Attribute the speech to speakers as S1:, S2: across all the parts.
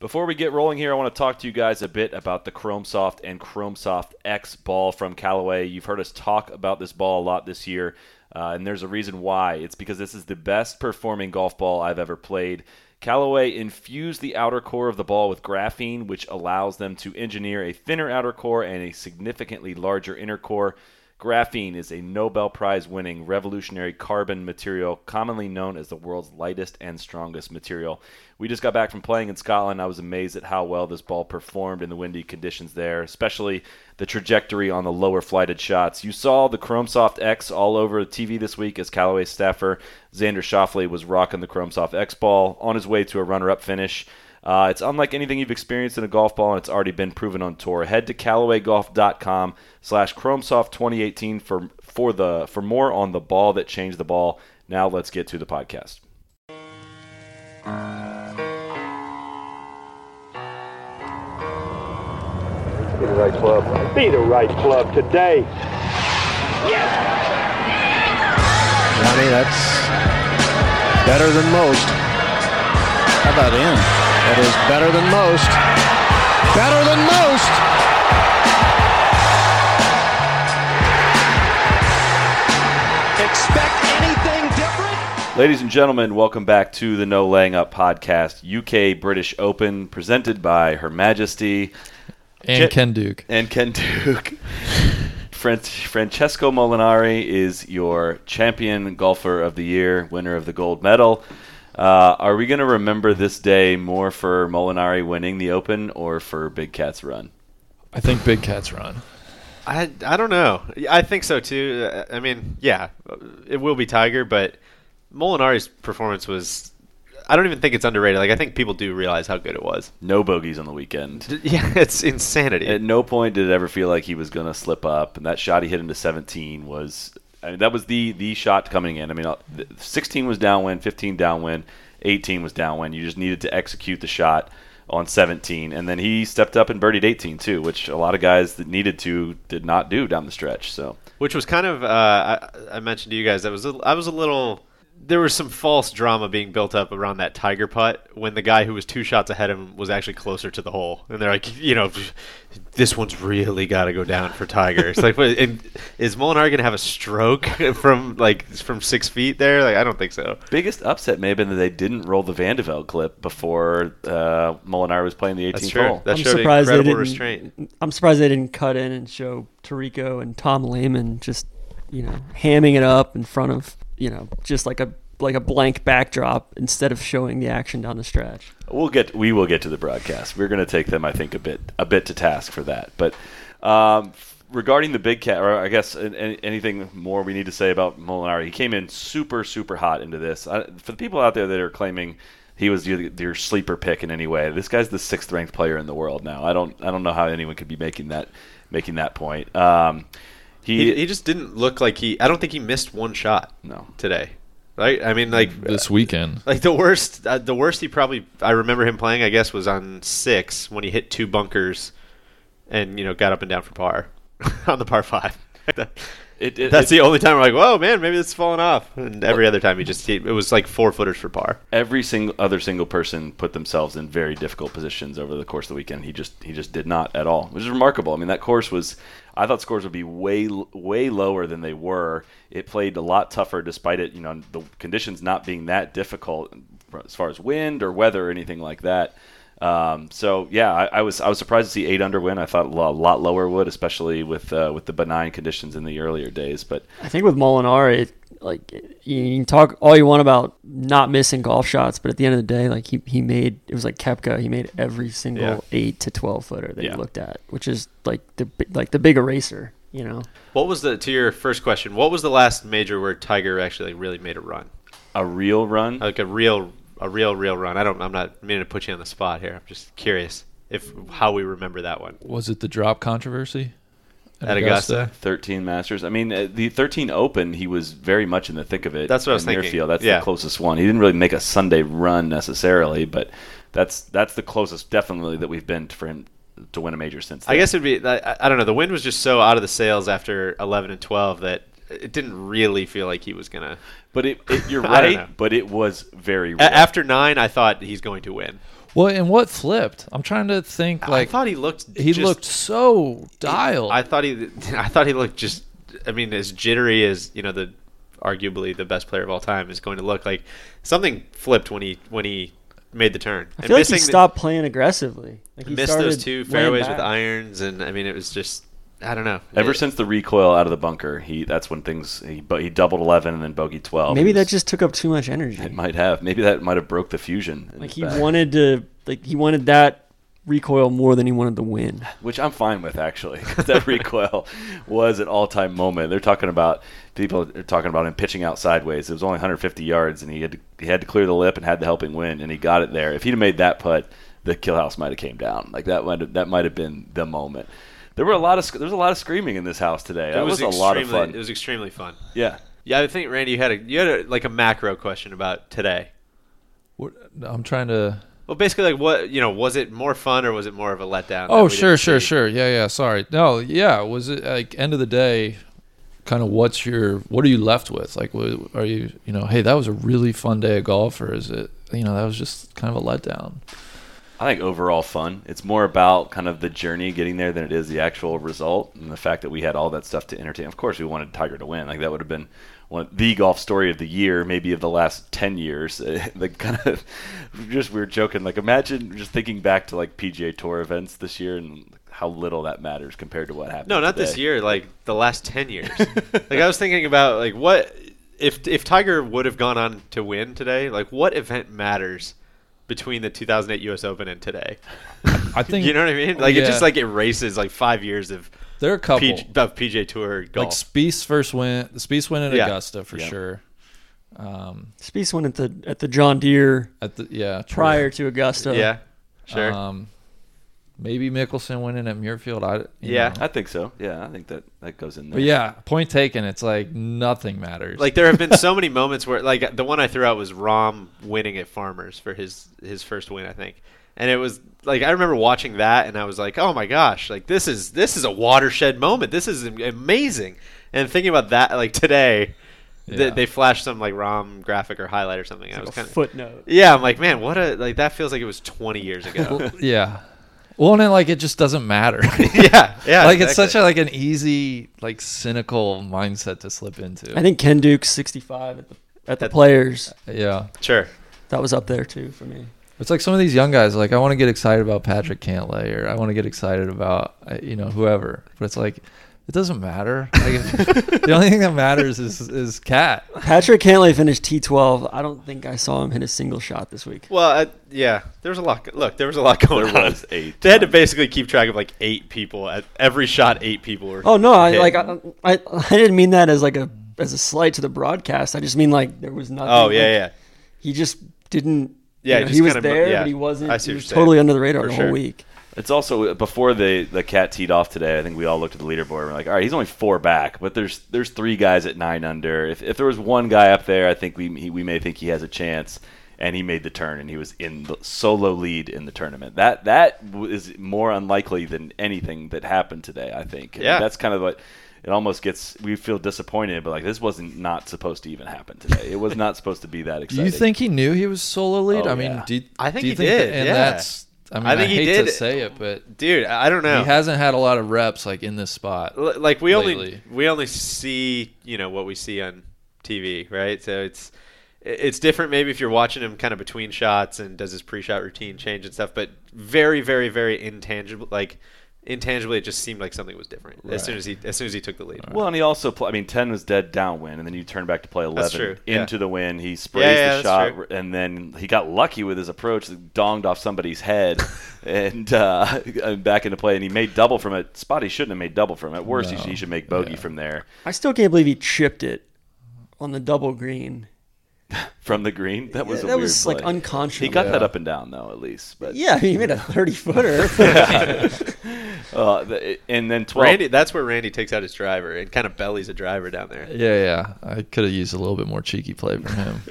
S1: Before we get rolling here, I want to talk to you guys a bit about the ChromeSoft and ChromeSoft X ball from Callaway. You've heard us talk about this ball a lot this year, uh, and there's a reason why. It's because this is the best performing golf ball I've ever played. Callaway infused the outer core of the ball with graphene, which allows them to engineer a thinner outer core and a significantly larger inner core. Graphene is a Nobel Prize winning revolutionary carbon material, commonly known as the world's lightest and strongest material. We just got back from playing in Scotland. I was amazed at how well this ball performed in the windy conditions there, especially the trajectory on the lower flighted shots. You saw the ChromeSoft X all over TV this week as Callaway staffer Xander Shoffley was rocking the ChromeSoft X ball on his way to a runner up finish. Uh, it's unlike anything you've experienced in a golf ball, and it's already been proven on tour. Head to CallawayGolf.com slash Chromesoft 2018 for, for, the, for more on the ball that changed the ball. Now let's get to the podcast.
S2: Be the right club. Be the right club today.
S3: Johnny, that's better than most. How about in? That is better than most. Better than most.
S4: Expect anything different?
S1: Ladies and gentlemen, welcome back to the No Laying Up podcast, UK British Open, presented by Her Majesty
S5: and
S1: Jet-
S5: Ken Duke.
S1: and Ken Duke. Fran- Francesco Molinari is your champion golfer of the year, winner of the gold medal. Uh, are we going to remember this day more for Molinari winning the Open or for Big Cat's run?
S5: I think Big Cat's run.
S6: I, I don't know. I think so too. Uh, I mean, yeah, it will be Tiger, but Molinari's performance was. I don't even think it's underrated. Like I think people do realize how good it was.
S1: No bogeys on the weekend.
S6: D- Yeah, it's insanity.
S1: At no point did it ever feel like he was going to slip up, and that shot he hit into 17 was. I mean, that was the the shot coming in. I mean, uh, th- 16 was downwind, 15 downwind, 18 was downwind. You just needed to execute the shot on 17, and then he stepped up and birdied 18 too, which a lot of guys that needed to did not do down the stretch. So
S6: which was kind of uh, I, I mentioned to you guys that was a, I was a little there was some false drama being built up around that tiger putt when the guy who was two shots ahead of him was actually closer to the hole and they're like you know this one's really got to go down for tiger it's like what, and is Molinari gonna have a stroke from like from six feet there like I don't think so
S1: biggest upset may have been that they didn't roll the Vandeveld clip before uh, Molinari was playing the 18th
S6: that's
S1: hole.
S6: true that
S7: I'm
S6: showed
S7: surprised they
S6: incredible
S7: didn't.
S6: restraint
S7: I'm surprised they didn't cut in and show Tarico and Tom Lehman just, you know, hamming it up in front of, you know, just like a like a blank backdrop instead of showing the action down the stretch.
S1: We'll get we will get to the broadcast. We're going to take them, I think, a bit a bit to task for that. But um, regarding the big cat, or I guess an- an- anything more we need to say about Molinari, he came in super super hot into this. I, for the people out there that are claiming he was your, your sleeper pick in any way, this guy's the sixth ranked player in the world now. I don't I don't know how anyone could be making that making that point. Um, he,
S6: he, he just didn't look like he I don't think he missed one shot
S1: No.
S6: today right I mean like
S5: This weekend,
S6: Like the worst, uh, the worst he probably I remember him playing. I guess was on six when he hit two bunkers, and you know got up and down for par on the par five.
S1: it, it,
S6: That's
S1: it-
S6: the only time I'm like, whoa, man, maybe this is falling off. And every other time he just he, it was like four footers for par.
S1: every single other single person put themselves in very difficult positions over the course of the weekend. He just he just did not at all, which is remarkable. I mean, that course was I thought scores would be way way lower than they were. It played a lot tougher despite it, you know, the conditions not being that difficult as far as wind or weather or anything like that. Um, so yeah, I, I was I was surprised to see eight under win. I thought a lo- lot lower would, especially with uh, with the benign conditions in the earlier days. But
S7: I think with Molinari, it, like you you can talk all you want about not missing golf shots, but at the end of the day, like he, he made it was like Kepka, he made every single
S6: Yeah.
S7: eight to twelve footer that
S1: Yeah.
S7: he looked at, which is like the bi- like the big eraser, you know.
S6: What was the to your first question? What was the last major where Tiger actually like, really made a run,
S1: a real run,
S6: like a real, a real, real run? I don't. I'm not meaning to put you on the spot here. I'm just curious if how we remember that one.
S5: was it the drop controversy
S6: At Augusta?
S1: 13 Masters. I mean, uh, the 13 Open, he was very much in the thick of it.
S6: That's what I was
S1: in their
S6: thinking.
S1: Field. That's
S6: Yeah.
S1: the closest one. He didn't really make a Sunday run necessarily, but that's that's the closest, definitely, that we've been for him to win a major since.
S6: I
S1: then.
S6: guess it'd be. I, I- I don't know. The wind was just so out of the sails after eleven and twelve that it didn't really feel like he was gonna.
S1: but it, it, you're
S6: I don't
S1: right.
S6: know.
S1: But it was very.
S6: A-
S1: rough.
S6: after nine, I thought he's going to win.
S5: Well, and what flipped? I'm trying to think. Like
S6: I thought he looked.
S5: he
S6: just-
S5: looked so dialed.
S6: I thought he. I thought he looked just. I mean, as jittery as you know the, arguably the best player of all time is going to look. Like something flipped when he when he made the turn.
S7: I feel like he stopped playing aggressively. Like he
S6: missed those
S7: started
S6: two
S7: laying
S6: fairways with
S7: back.
S6: irons, and I mean, it was just. I don't know.
S1: Ever
S6: It-
S1: since the recoil out of the bunker, he that's when things he but he doubled eleven and then bogeyed twelve.
S7: Maybe
S1: He
S7: that
S1: was-
S7: just took up too much energy.
S1: it might have. Maybe that might have broke the fusion. in
S7: Like
S1: his
S7: he
S1: back,
S7: wanted to, like he wanted that recoil more than he wanted the win.
S1: which I'm fine with actually. 'cause that recoil was an all-time moment. They're talking about people are talking about him pitching out sideways. It was only 150 yards, and he had to, he had to clear the lip and had the helping wind, and he got it there. If he'd have made that putt, the kill house might have came down. Like that might have, that might have been the moment. There were a lot of sc- there was a lot of screaming in this house today.
S6: it
S1: That was, a lot of
S6: extremely-
S1: fun.
S6: It was extremely fun.
S1: yeah.
S6: Yeah, I think Randy, you had a you had a, like a macro question about today.
S5: What- I'm trying to.
S6: Well, basically, like what you know, was it more fun or was it more of a letdown? that
S5: Oh,
S6: we
S5: sure,
S6: didn't
S5: sure,
S6: see?
S5: sure. Yeah, yeah. Sorry. No, yeah. Was it like end of the day? Kind of what's your what are you left with? Like, what, are you you know, hey, that was a really fun day of golf, or is it you know that was just kind of a letdown?
S1: I think overall fun. It's more about kind of the journey getting there than it is the actual result and the fact that we had all that stuff to entertain. Of course, we wanted Tiger to win. Like that would have been one the golf story of the year, maybe of the last ten years. Uh, the kind of just we were joking. Like imagine just thinking back to like PGA Tour events this year and how little that matters compared to what happened.
S6: No, not this
S1: today.
S6: year. Like the last ten years. like I was thinking about like what if if Tiger would have gone on to win today? Like what event matters between the 2008 U.S. Open and today?
S5: I think
S6: You know what I mean? Like it
S5: Yeah.
S6: just like erases like five years of
S5: There are a couple.
S6: PG, of PJ Tour
S5: like
S6: golf.
S5: Spieth first win. Spieth win at
S6: Yeah.
S5: Augusta for
S1: Yeah.
S5: sure.
S7: Spieth went at the at the John Deere
S5: At the yeah true.
S7: prior to Augusta.
S6: yeah, sure.
S5: Um, maybe Mickelson winning at Muirfield. I you
S6: Yeah.
S5: know.
S1: I think so. Yeah, I think that that goes in there.
S5: But yeah, point taken. It's like nothing matters.
S6: Like there have been so many moments where, like the one I threw out was Rom winning at Farmers for his his first win, I think, and it was like I remember watching that and I was like, oh my gosh, like this is this is a watershed moment. This is am- amazing. And thinking about that, like today, th-
S5: Yeah.
S6: they flashed some like Rom graphic or highlight or something. I was
S7: Like a
S6: kind of
S7: footnote.
S6: yeah, I'm like man, what a like that feels like it was 20 years ago.
S5: yeah. Well, and then, like it just doesn't matter.
S6: yeah, yeah,
S5: like it's such
S6: exactly.
S5: a like an easy like cynical mindset to slip into.
S7: I think Ken Duke's 65 at the at the Players.
S5: yeah,
S6: sure.
S7: That was up there too for me.
S5: it's like some of these young guys. Like I want to get excited about Patrick Cantlay, or I want to get excited about uh, you know whoever. But it's like it doesn't matter. Like if, the only thing that matters is is cat.
S7: Patrick Cantlay finished T12. I don't think I saw him hit a single shot this week.
S6: Well, I, yeah, there was a lot. Look, there was a lot going
S1: There
S6: on.
S1: was a
S6: They had to
S1: ton.
S6: basically keep track of like eight people at every shot. Eight people were.
S7: Oh no, I
S6: hit.
S7: like I, I I didn't mean that as like a as a slight to the broadcast. I just mean like there was nothing.
S6: Oh
S7: like,
S6: yeah, yeah.
S7: He just didn't.
S6: Yeah,
S7: Yeah,
S6: he just
S7: he was
S6: kinda mo-
S7: there,
S6: yeah.
S7: but he wasn't.
S6: I see
S7: he
S6: what
S7: was
S6: you're saying.
S7: totally under the radar
S6: For
S7: the
S6: sure.
S7: whole week.
S1: It's also before the the cat teed off today. I think we all looked at the leaderboard. and We're like, all right, he's only four back, but there's there's three guys at nine under. If, if there was one guy up there, I think we he, we may think he has a chance. And he made the turn, and he was in the solo lead in the tournament. That that w- is more unlikely than anything that happened today. I think.
S6: Yeah.
S1: that's kind of what it almost gets. We feel disappointed, but like this wasn't not supposed to even happen today. It was not supposed to be that
S5: Do
S1: exciting.
S5: you think he knew he was solo lead?
S1: Oh,
S5: I mean,
S1: yeah.
S5: do,
S6: I think
S5: do you
S6: he did,
S5: that- and
S6: yeah.
S5: that's. I mean, I,
S6: I think he
S5: hate
S6: did.
S5: to say it, but
S6: Dude, I I don't know.
S5: he hasn't had a lot of reps like in this spot.
S6: L- like we only
S5: lately.
S6: we only see you know what we see on TV, right? So it's it's different maybe if you're watching him kind of between shots and does his pre-shot routine change and stuff, but very very very intangible like intangibly it just seemed like something was different as soon as he as soon as he took the lead.
S1: Well, and he also, pl- I mean, 10 was dead downwind, and then you turn back to play 11
S6: true, yeah.
S1: into the win. He sprays
S6: Yeah, yeah,
S1: the
S6: that's
S1: shot,
S6: true.
S1: and then he got lucky with his approach, that donged off somebody's head, and, uh, and back into play. And he made double from it. Spot he shouldn't have made double from. At worst, he, should, he should make bogey from there,
S7: I still can't believe he chipped it on the double green.
S1: from the green. That was
S7: Yeah,
S1: a
S7: that
S1: weird
S7: was, like,
S1: play.
S7: unconscionable.
S1: He got that up and down though, at least. But
S7: Yeah, he made a 30 footer.
S1: uh, the, and then 12.
S6: Randy, that's where Randy takes out his driver and kind of bellies a driver down there.
S5: Yeah, yeah. I could have used a little bit more cheeky play from him.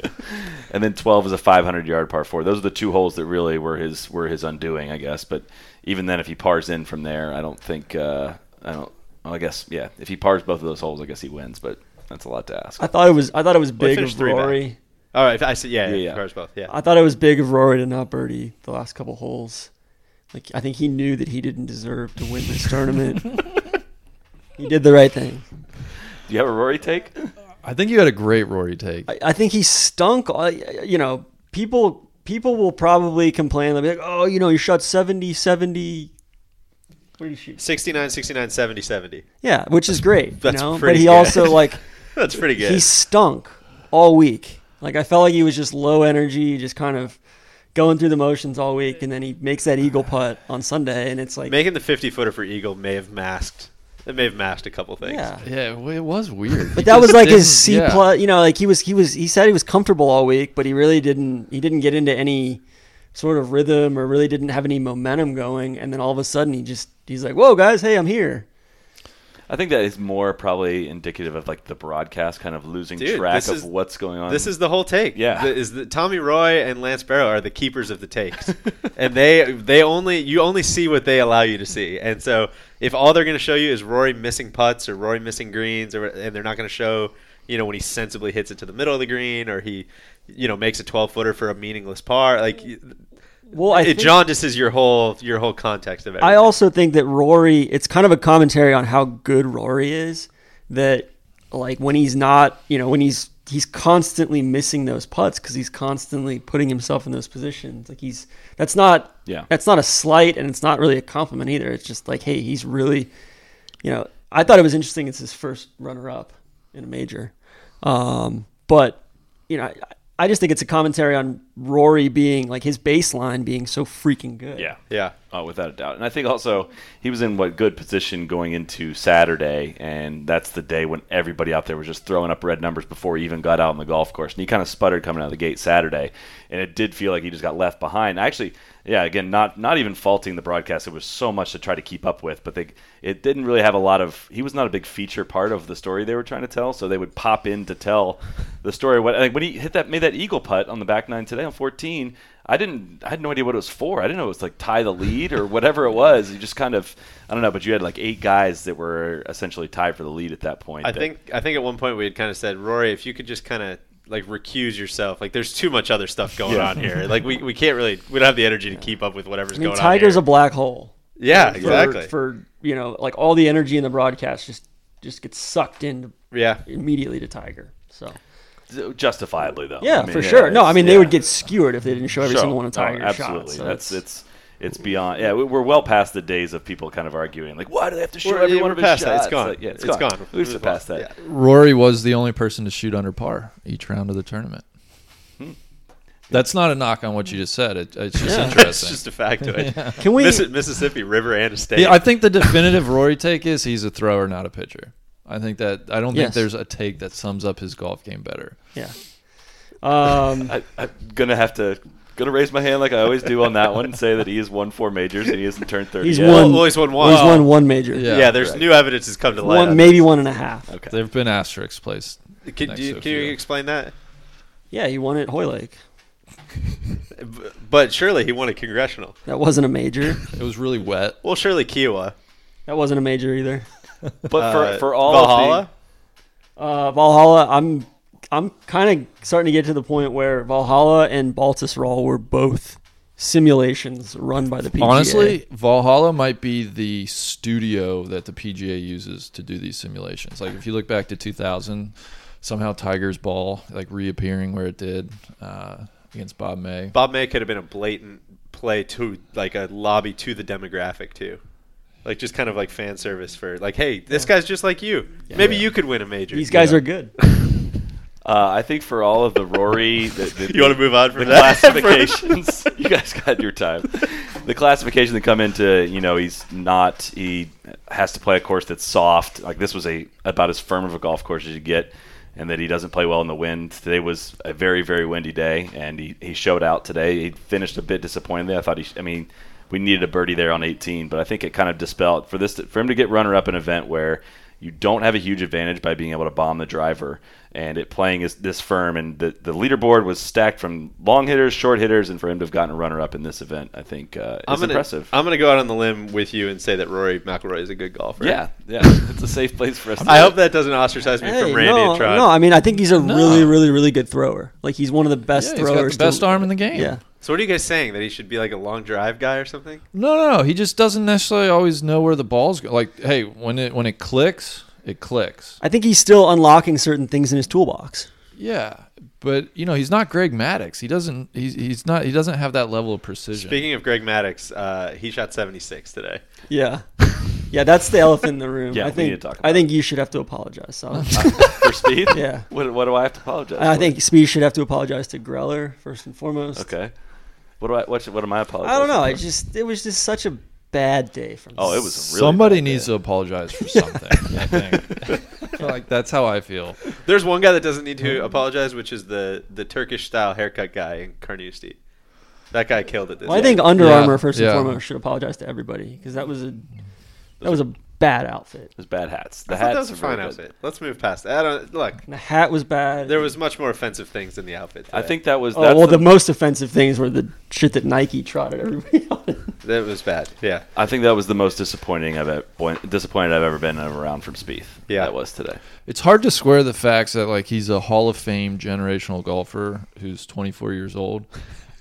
S1: and then 12 is a 500 yard par four. Those are the two holes that really were his were his undoing, I guess. But even then, if he pars in from there, I don't think uh, I don't. Well, I guess yeah. If he pars both of those holes, I guess he wins. But that's a lot to ask.
S7: I thought it was I thought it was big
S6: finished
S7: of
S6: three back.
S7: Rory
S6: All right, Oh, I see. Yeah, yeah,
S1: Yeah, yeah.
S6: covers both. Yeah,
S7: I thought it was big of Rory to not birdie the last couple holes. Like I think he knew that he didn't deserve to win this tournament. he did the right thing.
S1: Do you have a Rory take?
S5: I think you had a great Rory take.
S7: I, I think he stunk. I- You know, people people will probably complain. They'll be like, "Oh, you know, you shot 70, 70. What did you shoot?
S6: 69, 69, 70, 70.
S7: Yeah, which is great.
S6: That's
S7: you know? But
S6: pretty
S7: he
S6: good.
S7: also like
S6: That's pretty good.
S7: he stunk all week. Like I felt like he was just low energy, just kind of going through the motions all week, and then he makes that eagle putt on Sunday, and it's like,
S6: Making the 50 footer for Eagle may have masked. It may have masked a couple things.
S7: yeah.
S5: Yeah, well, it was weird.
S7: But that was like his C plus. You know, like he was he was he said he was comfortable all week, but he really didn't he didn't get into any sort of rhythm or really didn't have any momentum going. And then all of a sudden, he just he's like, "Whoa, guys, hey, I'm here."
S1: I think that is more probably indicative of like the broadcast kind of losing
S6: Dude,
S1: track
S6: this
S1: of
S6: is-
S1: what's going on.
S6: This is the whole take.
S1: Yeah.
S6: The- is the, Tommy Roy and Lance Barrow are the keepers of the takes, and they they only you only see what they allow you to see. And so if all they're going to show you is Rory missing putts or Rory missing greens, or and they're not going to show you know when he sensibly hits it to the middle of the green or he you know makes a 12 footer for a meaningless par, like y-
S7: Well, I
S6: it
S7: think,
S6: jaundices your whole your whole context of everything.
S7: I also think that Rory. It's kind of a commentary on how good Rory is. That like when he's not, you know, when he's he's constantly missing those putts because he's constantly putting himself in those positions. Like he's that's not
S1: Yeah.
S7: that's not a slight and it's not really a compliment either. It's just like hey, he's really, you know, I thought it was interesting. It's his first runner up in a major, um, but you know. I, I just think it's a commentary on Rory being like his baseline being so freaking good.
S1: yeah.
S6: yeah.
S1: Oh, without a doubt. And I think also he was in what good position going into Saturday, and that's the day when everybody out there was just throwing up red numbers before he even got out on the golf course. And he kind of sputtered coming out of the gate Saturday, and it did feel like he just got left behind. Actually, yeah, again, not not even faulting the broadcast. It was so much to try to keep up with, but they it didn't really have a lot of. He was not a big feature part of the story they were trying to tell, so they would pop in to tell the story. What like when he hit that made that eagle putt on the back nine today on 14. I didn't. I had no idea what it was for. I didn't know it was like tie the lead or whatever it was. You just kind of. I don't know. But you had like eight guys that were essentially tied for the lead at that point.
S6: I
S1: that-
S6: think I think at one point we had kind of said, Rory, if you could just kind of like recuse yourself, like there's too much other stuff going on here. Like we, we can't really we don't have the energy to keep up with whatever's
S7: I mean,
S6: going
S7: Tiger's a
S6: on.
S7: black hole.
S6: a yeah,
S7: for-
S6: exactly.
S7: For you know, like all the energy in the broadcast just just gets sucked in
S6: yeah,
S7: immediately to Tiger. So
S6: Oh,
S1: justifiably though.
S7: yeah,
S1: I mean,
S7: for sure. No,
S1: it's-
S7: I mean
S1: yeah.
S7: they would get skewered if they didn't show every
S1: Sure.
S7: single one of
S1: No,
S7: Tiger's
S1: absolutely.
S7: shots. so
S1: That's it's. It's beyond. Yeah, we- we're well past the days of people kind of arguing like, why do they have to show every
S6: yeah,
S1: one
S6: we're
S1: of his
S6: past that.
S1: shots?
S6: It's gone.
S1: Like, yeah,
S6: It's gone.
S1: We've
S6: We've
S1: surpassed that.
S6: lost-
S5: Rory was the only person to shoot under par each round of the tournament. Hmm. That's not a knock on what you just said. It, it's just interesting.
S6: it's just a factoid.
S7: Can we?
S6: Missi- Mississippi River and a state.
S5: Yeah, I think the definitive Rory take is he's a thrower, not a pitcher. I think that I don't
S7: Yes.
S5: think there's a take that sums up his golf game better.
S7: yeah. Um,
S1: I, I'm gonna have to gonna raise my hand like I always do on that one and say that he has won four majors and he hasn't turned thirty.
S7: he's
S1: yet.
S7: won.
S6: Well, he's won one.
S7: He's
S6: Well,
S7: won one major.
S5: yeah.
S6: yeah, there's new evidence has come to light.
S7: One,
S6: on
S7: maybe one and a half.
S5: There have been asterisks placed.
S6: this. Can,
S5: next
S6: do you,
S5: to a
S6: can you
S5: few.
S6: explain that?
S7: Yeah, he won at Hoylake.
S6: But surely he won a congressional.
S7: That wasn't a major.
S5: It was really wet.
S6: Well, surely Kiowa.
S7: that wasn't a major either.
S1: But for
S6: Uh,
S1: for all
S6: Valhalla.
S1: of
S7: Uh, Valhalla, I'm I'm kind of starting to get to the point where Valhalla and Baltus Raw were both simulations run by the PGA.
S5: Honestly, Valhalla might be the studio that the PGA uses to do these simulations. Like if you look back to 2000, somehow Tiger's ball like reappearing where it did uh, against Bob May.
S6: Bob May could have been a blatant play to like a lobby to the demographic too. Like just kind of like fan service for like, hey, this guy's just like you. Maybe you could win a major.
S7: these guys
S5: Yeah.
S7: are good.
S1: the, uh, I think for all of the Rory, the, the,
S6: You want to move on from
S1: the
S6: that?
S1: classifications. you guys got your time. The classification that come into, you know, he's not. He has to play a course that's soft. Like this was a about as firm of a golf course as you get, and that he doesn't play well in the wind. Today was a very very windy day, and he he showed out today. He finished a bit disappointingly. I thought he. sh- I mean. We needed a birdie there on 18, but I think it kind of dispelled for this for him to get runner up an event where You don't have a huge advantage by being able to bomb the driver, and it playing is this firm. And the, the leaderboard was stacked from long hitters, short hitters, and for him to have gotten a runner up in this event, I think uh, is
S6: I'm gonna,
S1: impressive.
S6: I'm gonna go out on the limb with you and say that Rory McIlroy is a good golfer.
S1: yeah, yeah, it's a safe place for us. To
S6: I hope that doesn't ostracize me from Randy
S7: no,
S6: and Trot.
S7: no, I mean I think he's a really, really, really good thrower. Like he's one of the best
S5: Yeah, he's
S7: throwers.
S5: got the best
S7: to-
S5: arm in the game.
S7: Yeah,
S6: So what are you guys saying? That he should be like a long drive guy or something?
S5: No, no, no. He just doesn't necessarily always know where the ball's go. Like, hey, when it when it clicks, it clicks.
S7: I think he's still unlocking certain things in his toolbox.
S5: Yeah, but you know he's not Greg Maddox. He doesn't. He's he's not. He doesn't have that level of precision.
S6: Speaking of Greg Maddox, uh, he shot 76 today.
S7: Yeah, yeah, that's the elephant in the room.
S1: Yeah,
S7: I
S1: we
S7: think
S1: need to talk
S7: I
S1: about
S7: think you should have to apologize. So
S1: for speed.
S7: Yeah.
S1: What, what do I have to apologize?
S7: I
S1: for?
S7: think Speed should have to apologize to Greller first and foremost.
S1: Okay. What do I? What, should- what am I apologizing?
S7: I don't know.
S1: for?
S7: I just it was just such a bad day from.
S1: oh, it was a really
S5: Somebody
S1: bad day.
S5: needs to apologize for something. I think. like that's how I feel.
S6: There's one guy that doesn't need to apologize, which is the the Turkish style haircut guy in Carnoustie. That guy killed it. This
S7: Well, I
S6: year.
S7: think Under
S5: Yeah,
S7: Armour first
S5: yeah.
S7: and foremost should apologize to everybody because that was a that was a bad outfit.
S1: Those bad hats. The
S6: I thought
S1: hats
S6: that was a
S1: are
S6: fine
S1: really good.
S6: outfit. Let's move past. That. I don't look.
S7: The hat was bad.
S6: There was much more offensive things in the outfit.
S1: I
S6: today.
S1: think that was.
S7: oh,
S1: that's
S7: well,
S1: the,
S7: the, most offensive things were the shit that Nike trotted everybody on.
S6: that was bad. Yeah.
S1: I think that was the most disappointing I've ever, disappointed I've ever been around from Spieth.
S6: Yeah.
S1: that was today.
S5: It's hard to square the facts that like he's a Hall of Fame generational golfer who's 24 years old,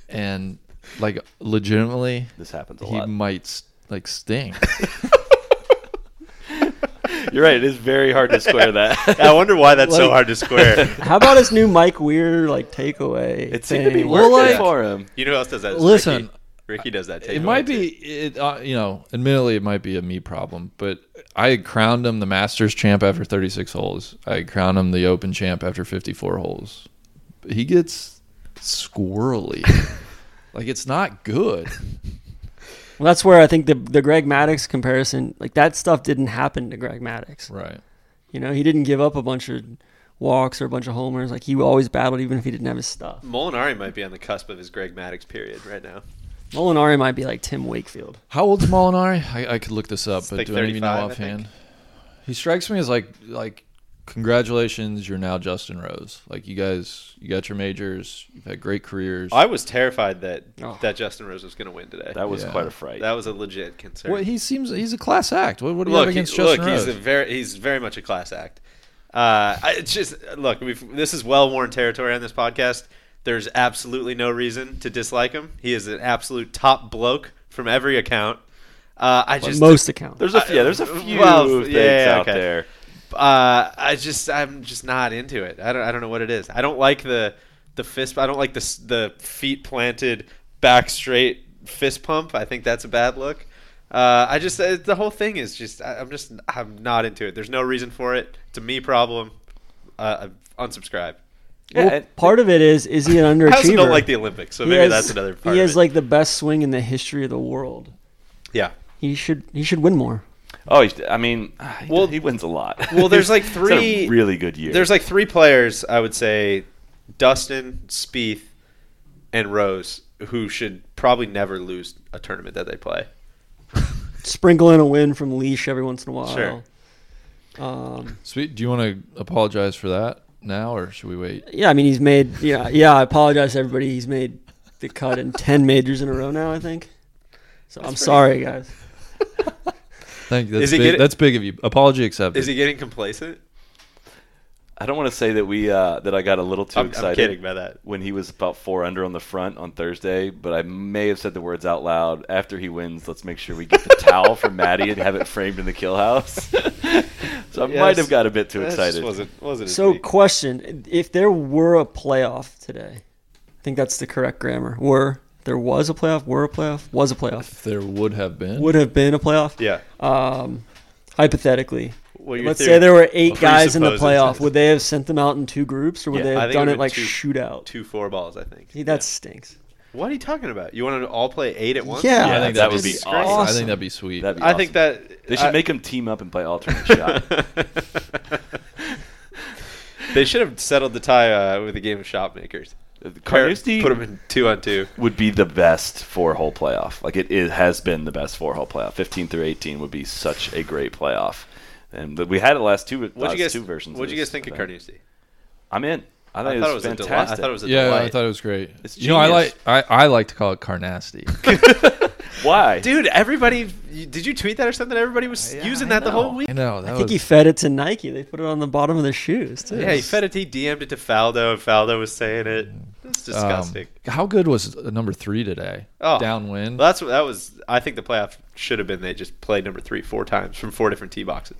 S5: and like legitimately,
S1: This happens a
S5: he
S1: lot.
S5: might s- like sting.
S1: You're right. It is very hard to square that.
S6: I wonder why that's so hard to square.
S7: How about his new Mike Weir like takeaway?
S1: it seemed to be
S7: thing?
S1: working
S5: Well, like-
S1: for him.
S6: You know who else does that? It's
S5: Listen,
S6: Ricky. Ricky does that.
S5: it
S6: takeaway
S5: might
S6: too.
S5: be it uh, you know admittedly it might be a me problem but i had crowned him the masters champ after 36 holes i had crowned him the open champ after 54 holes he gets squirrely like it's not good
S7: Well, that's where I think the the Greg Maddox comparison, like that stuff, didn't happen to Greg Maddox.
S5: right
S7: You know, he didn't give up a bunch of walks or a bunch of homers. Like he always battled, even if he didn't have his stuff.
S6: Molinari might be on the cusp of his Greg Maddox period right now.
S7: Molinari might be like Tim Wakefield.
S5: how old's molinari i, I could look this up but
S6: like
S5: do any of you know
S6: 35, I think.
S5: offhand he strikes me as like like congratulations you're now justin rose like you guys you got your majors you've had great careers
S6: I was terrified that
S7: Oh.
S6: that Justin Rose was going to win today.
S1: That was
S5: Yeah.
S1: quite a fright.
S6: That was a legit concern.
S5: well, he seems he's a class act. What, what do you
S6: look,
S5: have against
S6: he-
S5: Justin
S6: look,
S5: Rose?
S6: he's a very he's very much a class act. Uh, I- it's just look, we've, this is well worn territory on this podcast. There's absolutely no reason to dislike him. He is an absolute top bloke from every account. Uh, I just
S7: Most accounts.
S1: there's a yeah. There's a
S6: Uh,
S1: few
S6: well,
S1: things
S6: yeah,
S1: out
S6: okay.
S1: there.
S6: uh, I just I'm just not into it. I don't I don't know what it is. I don't like the the fist. I don't like the s- the feet planted back straight fist pump. I think that's a bad look. Uh, I just uh, the whole thing is just I, I'm just I'm not into it. There's no reason for it. It's a me problem. Uh, I unsubscribe.
S1: Yeah,
S7: well,
S1: and-
S7: part of it is is he an underachiever?
S6: I also don't like the Olympics, so
S7: He
S6: maybe
S7: has-
S6: that's another part.
S7: He
S6: of
S7: has
S6: it.
S7: like the best swing in the history of the world.
S6: yeah.
S7: He should he should win more.
S1: Oh, he's, I mean, he,
S6: Well-
S1: he wins a lot.
S6: Well, there's like
S1: He's had a
S6: three
S1: really good year.
S6: There's like three players I would say: Dustin, Spieth, and Rose, who should probably never lose a tournament that they play.
S7: Sprinkle in a win from Leash every once in a while.
S6: Sure.
S7: Um,
S5: Sweet. Do you want to apologize for that now, or should we wait?
S7: yeah, I mean he's made yeah yeah. I apologize to everybody. He's made the cut in ten majors in a row now. I think. So I'm sorry, guys.
S5: Thank you. That's,
S6: Is he
S5: big,
S6: getting-
S5: that's big of you. Apology accepted.
S6: Is he getting complacent?
S1: I don't want to say that we uh, that I got a little too
S6: I'm,
S1: excited.
S6: I'm kidding by that.
S1: when he was about four under on the front on Thursday, but I may have said the words out loud. After he wins, let's make sure we get the towel from Maddie and have it framed in the kill house. so I
S6: Yeah,
S1: might
S6: that's-
S1: have got a bit too
S6: That just
S1: excited.
S6: wasn't wasn't his
S7: So
S6: week.
S7: question: If there were a playoff today, I think that's the correct grammar. Were there was a playoff? Were a playoff? Was a playoff?
S5: there would have been.
S7: Would have been a playoff.
S6: yeah.
S7: Um, hypothetically,
S6: Well, your
S7: let's
S6: theory-
S7: say there were eight guys in the
S6: presupposes
S7: playoff.
S6: it.
S7: Would they have sent them out in two groups, or would
S6: Yeah,
S7: they
S6: I
S7: have
S6: think it
S7: done
S6: would
S7: it like
S6: two-
S7: shootout?
S6: two four balls. I think.
S7: See, that stinks.
S6: What are you talking about? You want to all play eight at once?
S7: Yeah,
S1: yeah, I think that would be
S7: Jesus
S1: awesome.
S5: I
S7: Christ.
S5: think that'd be sweet.
S1: That'd be
S6: I think
S1: awesome.
S6: that
S1: they should
S6: I-
S1: make him team up and play alternate shot.
S6: they should have settled the tie uh, with a game of shot makers.
S1: Carnoustie
S6: Put them in two on two.
S1: would be the best four hole playoff. Like it, it has been the best four hole playoff. 15 through 18 would be such a great playoff. and we had it last two.
S6: What'd
S1: last
S6: you guys?
S1: two versions.
S6: What'd
S1: of
S6: you guys
S1: this
S6: think of
S1: event.
S6: Carnoustie?
S1: I'm in. I, think
S6: I thought it was a
S1: fantastic.
S6: delight. I thought it was a
S5: Yeah,
S6: delight.
S5: I thought it was great.
S1: It's
S5: you know, I
S1: genius.
S5: like I, I like to call it carnasty.
S1: Why?
S6: Dude, everybody, you- did you tweet that or something? Everybody was using that the whole week.
S5: I know. That
S7: I think
S5: was,
S7: he fed it to Nike. They put it on the bottom of their shoes. Too.
S6: Yeah, he fed it. He DM'd it to Faldo, and Faldo was saying it. It's
S5: um,
S6: disgusting.
S5: how good was uh, number three today?
S6: Oh.
S5: Downwind.
S6: Well, that's what that was. I think the playoff should have been they just played number three four times from four different tee boxes.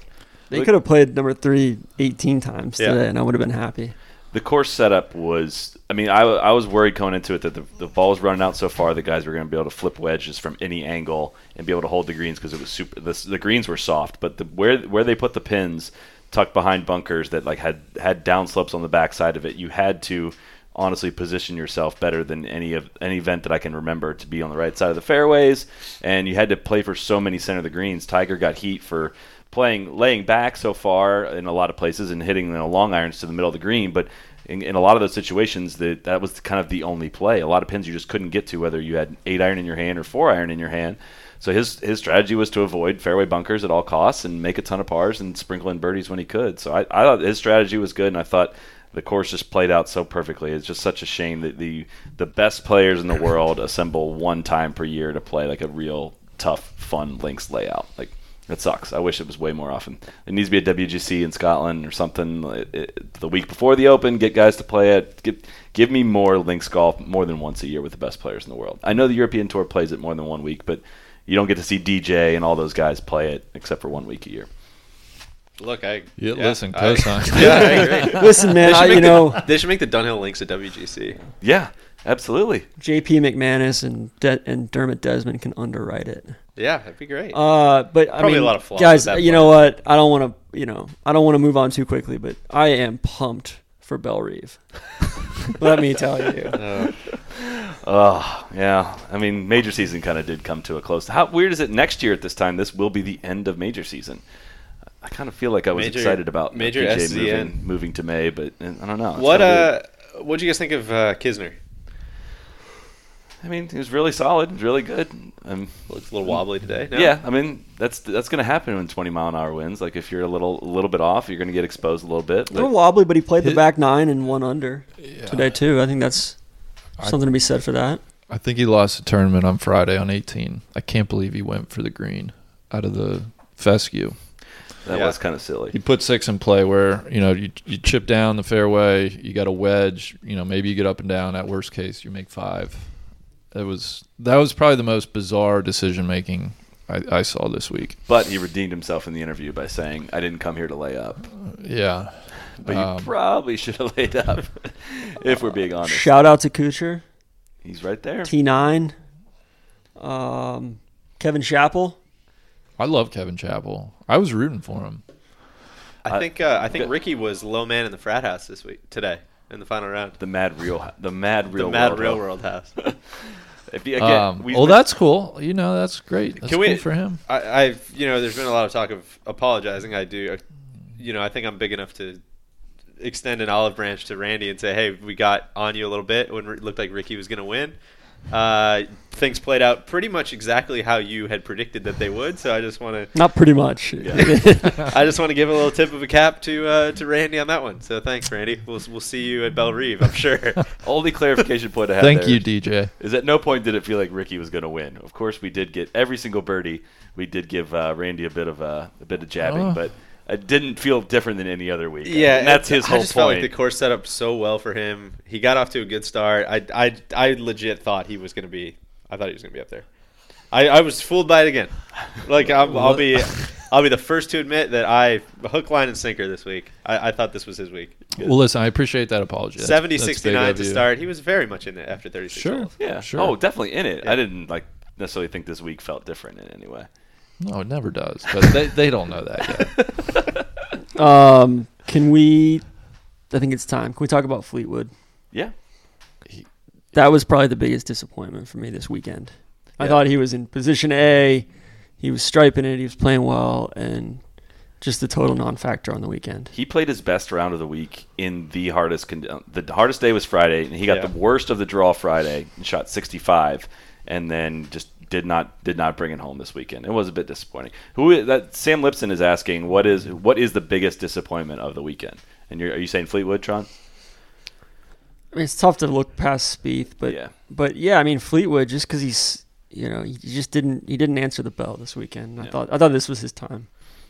S7: They could have played number three 18 times
S6: Yeah.
S7: today, and I would have been happy.
S1: The course setup was. I mean, I, I was worried going into it that the, the ball was running out so far. The guys were going to be able to flip wedges from any angle and be able to hold the greens because it was super. The, the greens were soft, but the where where they put the pins tucked behind bunkers that like had had downslopes on the backside of it. You had to honestly position yourself better than any of any event that I can remember to be on the right side of the fairways. And you had to play for so many center of the greens. Tiger got heat for playing laying back so far in a lot of places and hitting you know, long irons to the middle of the green, but in, in a lot of those situations, that that was kind of the only play. A lot of pins you just couldn't get to, whether you had eight iron in your hand or four iron in your hand. So his his strategy was to avoid fairway bunkers at all costs and make a ton of pars and sprinkle in birdies when he could. So I, I thought his strategy was good, and I thought the course just played out so perfectly. It's just such a shame that the the best players in the world assemble one time per year to play like a real tough, fun links layout. Like that sucks. I wish it was way more often. It needs to be a WGC in Scotland or something it, it, the week before the Open. Get guys to play it. Get, give me more links golf more than once a year with the best players in the world. I know the European Tour plays it more than one week, but you don't get to see DJ and all those guys play it except for one week a year.
S6: Look, I
S5: yeah,
S6: yeah,
S5: listen,
S6: I-
S5: cosign.
S6: Yeah, I agree.
S7: Listen, man,
S6: They should
S7: I,
S6: make
S7: you
S6: the-
S7: know,
S6: they should make the Dunhill links at WGC.
S1: Yeah, absolutely.
S7: JP McManus and De- and Dermot Desmond can underwrite it.
S6: Yeah, that'd be great.
S7: Uh, but I
S6: Probably a
S7: mean,
S6: lot of flaws
S7: guys.
S6: at that
S7: You know what? I don't want to. You know, I don't want to move on too quickly, but I am pumped for Bell Reeve. Let me tell you.
S1: Oh, yeah. I mean, major season kind of did come to a close. How weird is it next year at this time? This will be the end of major season. I kind of feel like I was
S6: Major-
S1: excited about
S6: major
S1: PGA
S6: SZN.
S1: moving, moving to May, but uh, I don't know. It's
S6: what
S1: kinda weird.
S6: uh, what do you guys think of uh, Kisner?
S1: I mean, he was really solid, really good. Um,
S6: Looks a little wobbly today. No?
S1: yeah, I mean, that's that's going to happen when 20 mile an hour winds. Like, if you're a little a little bit off, you're going to get exposed a little bit.
S7: A little
S1: But
S7: wobbly, but he played the back nine and one under today too. I think that's
S5: I-
S7: something to be said for that.
S5: I think he lost the tournament on Friday on 18. I can't believe he went for the green out of the fescue.
S1: that
S6: Yeah.
S1: was kind of
S5: He
S1: silly.
S5: put six in play where, you know, you, you chip down the fairway, you got a wedge, you know, maybe you get up and down. At worst case, you make five. It was that was probably the most bizarre decision making I, I saw this week.
S1: But he redeemed himself in the interview by saying, "I didn't come here to lay up."
S5: Yeah.
S1: But you
S6: Um,
S1: probably should have laid up, if we're being honest.
S7: Shout out to Kucher,
S1: He's right there.
S7: T nine, um, Kevin Chappell.
S5: I love Kevin Chappell. I was rooting for him.
S6: I think uh, I think Ricky was low man in the frat house this week today in the final round.
S1: The mad real, the mad real,
S6: the mad
S1: world.
S6: real world house.
S1: If you, again,
S5: Um,
S1: we-
S5: well, that's cool. You know, that's great. That's cool for him.
S6: I, I've you know, there's been a lot of talk of apologizing. I do, uh, you know, I think I'm big enough to extend an olive branch to Randy and say, hey, we got on you a little bit when it looked like Ricky was going to win. Uh, things played out pretty much exactly how you had predicted that they would. So I just want to,
S7: Not pretty much.
S6: I just want to give a little tip of a cap to uh, to Randy on that one. So thanks, Randy. We'll we'll see you at Belle Reeve, I'm sure. Oh,
S1: only clarification point I have.
S5: Thank
S1: there
S5: you,
S1: is-
S5: DJ.
S1: Is at no point did it feel like Ricky was going to win. Of course, we did get every single birdie. We did give uh, Randy a bit of uh, a bit of jabbing,
S5: Oh.
S1: but it didn't feel different than any other week.
S6: Yeah,
S1: and that's his
S6: I
S1: whole
S6: just felt
S1: point.
S6: like the course set up so well for him. He got off to a good start. I, I, I legit thought he was going to be. I thought he was going to be up there. I, I was fooled by it again. Like I'm, I'll be, I'll be the first to admit that I hook, line, and sinker this week. I, I thought this was his week.
S5: Well, listen, I appreciate that apology. That's-
S6: Seventy
S5: that's big
S6: sixty nine
S5: of
S6: to
S5: you.
S6: start. He was very much in it after 36
S5: Sure.
S6: holes.
S1: yeah,
S5: Sure.
S1: Oh, definitely in it.
S6: Yeah.
S1: I didn't like necessarily think this week felt different in any way.
S5: No, it never does. But they, they don't know that yet.
S7: Um, can we? I think it's time. Can we talk about Fleetwood?
S1: Yeah,
S7: That was probably the biggest disappointment for me this weekend. I
S1: Yeah.
S7: thought he was in position A, he was striping it, he was playing well, and just the total non-factor on the weekend.
S1: he played his best round of the week in the hardest. Con- the hardest day was Friday, and he got
S6: Yeah.
S1: the worst of the draw Friday and shot 65, and then just did not did not bring it home this weekend. It was a bit disappointing. Who is, that? Sam Lipson is asking what is what is the biggest disappointment of the weekend? And you're, are you saying Fleetwood, Tron?
S7: I mean, it's tough to look past Spieth, but
S1: Yeah.
S7: but yeah, I mean Fleetwood, just because he's you know he just didn't he didn't answer the bell this weekend. I thought I thought this was his time.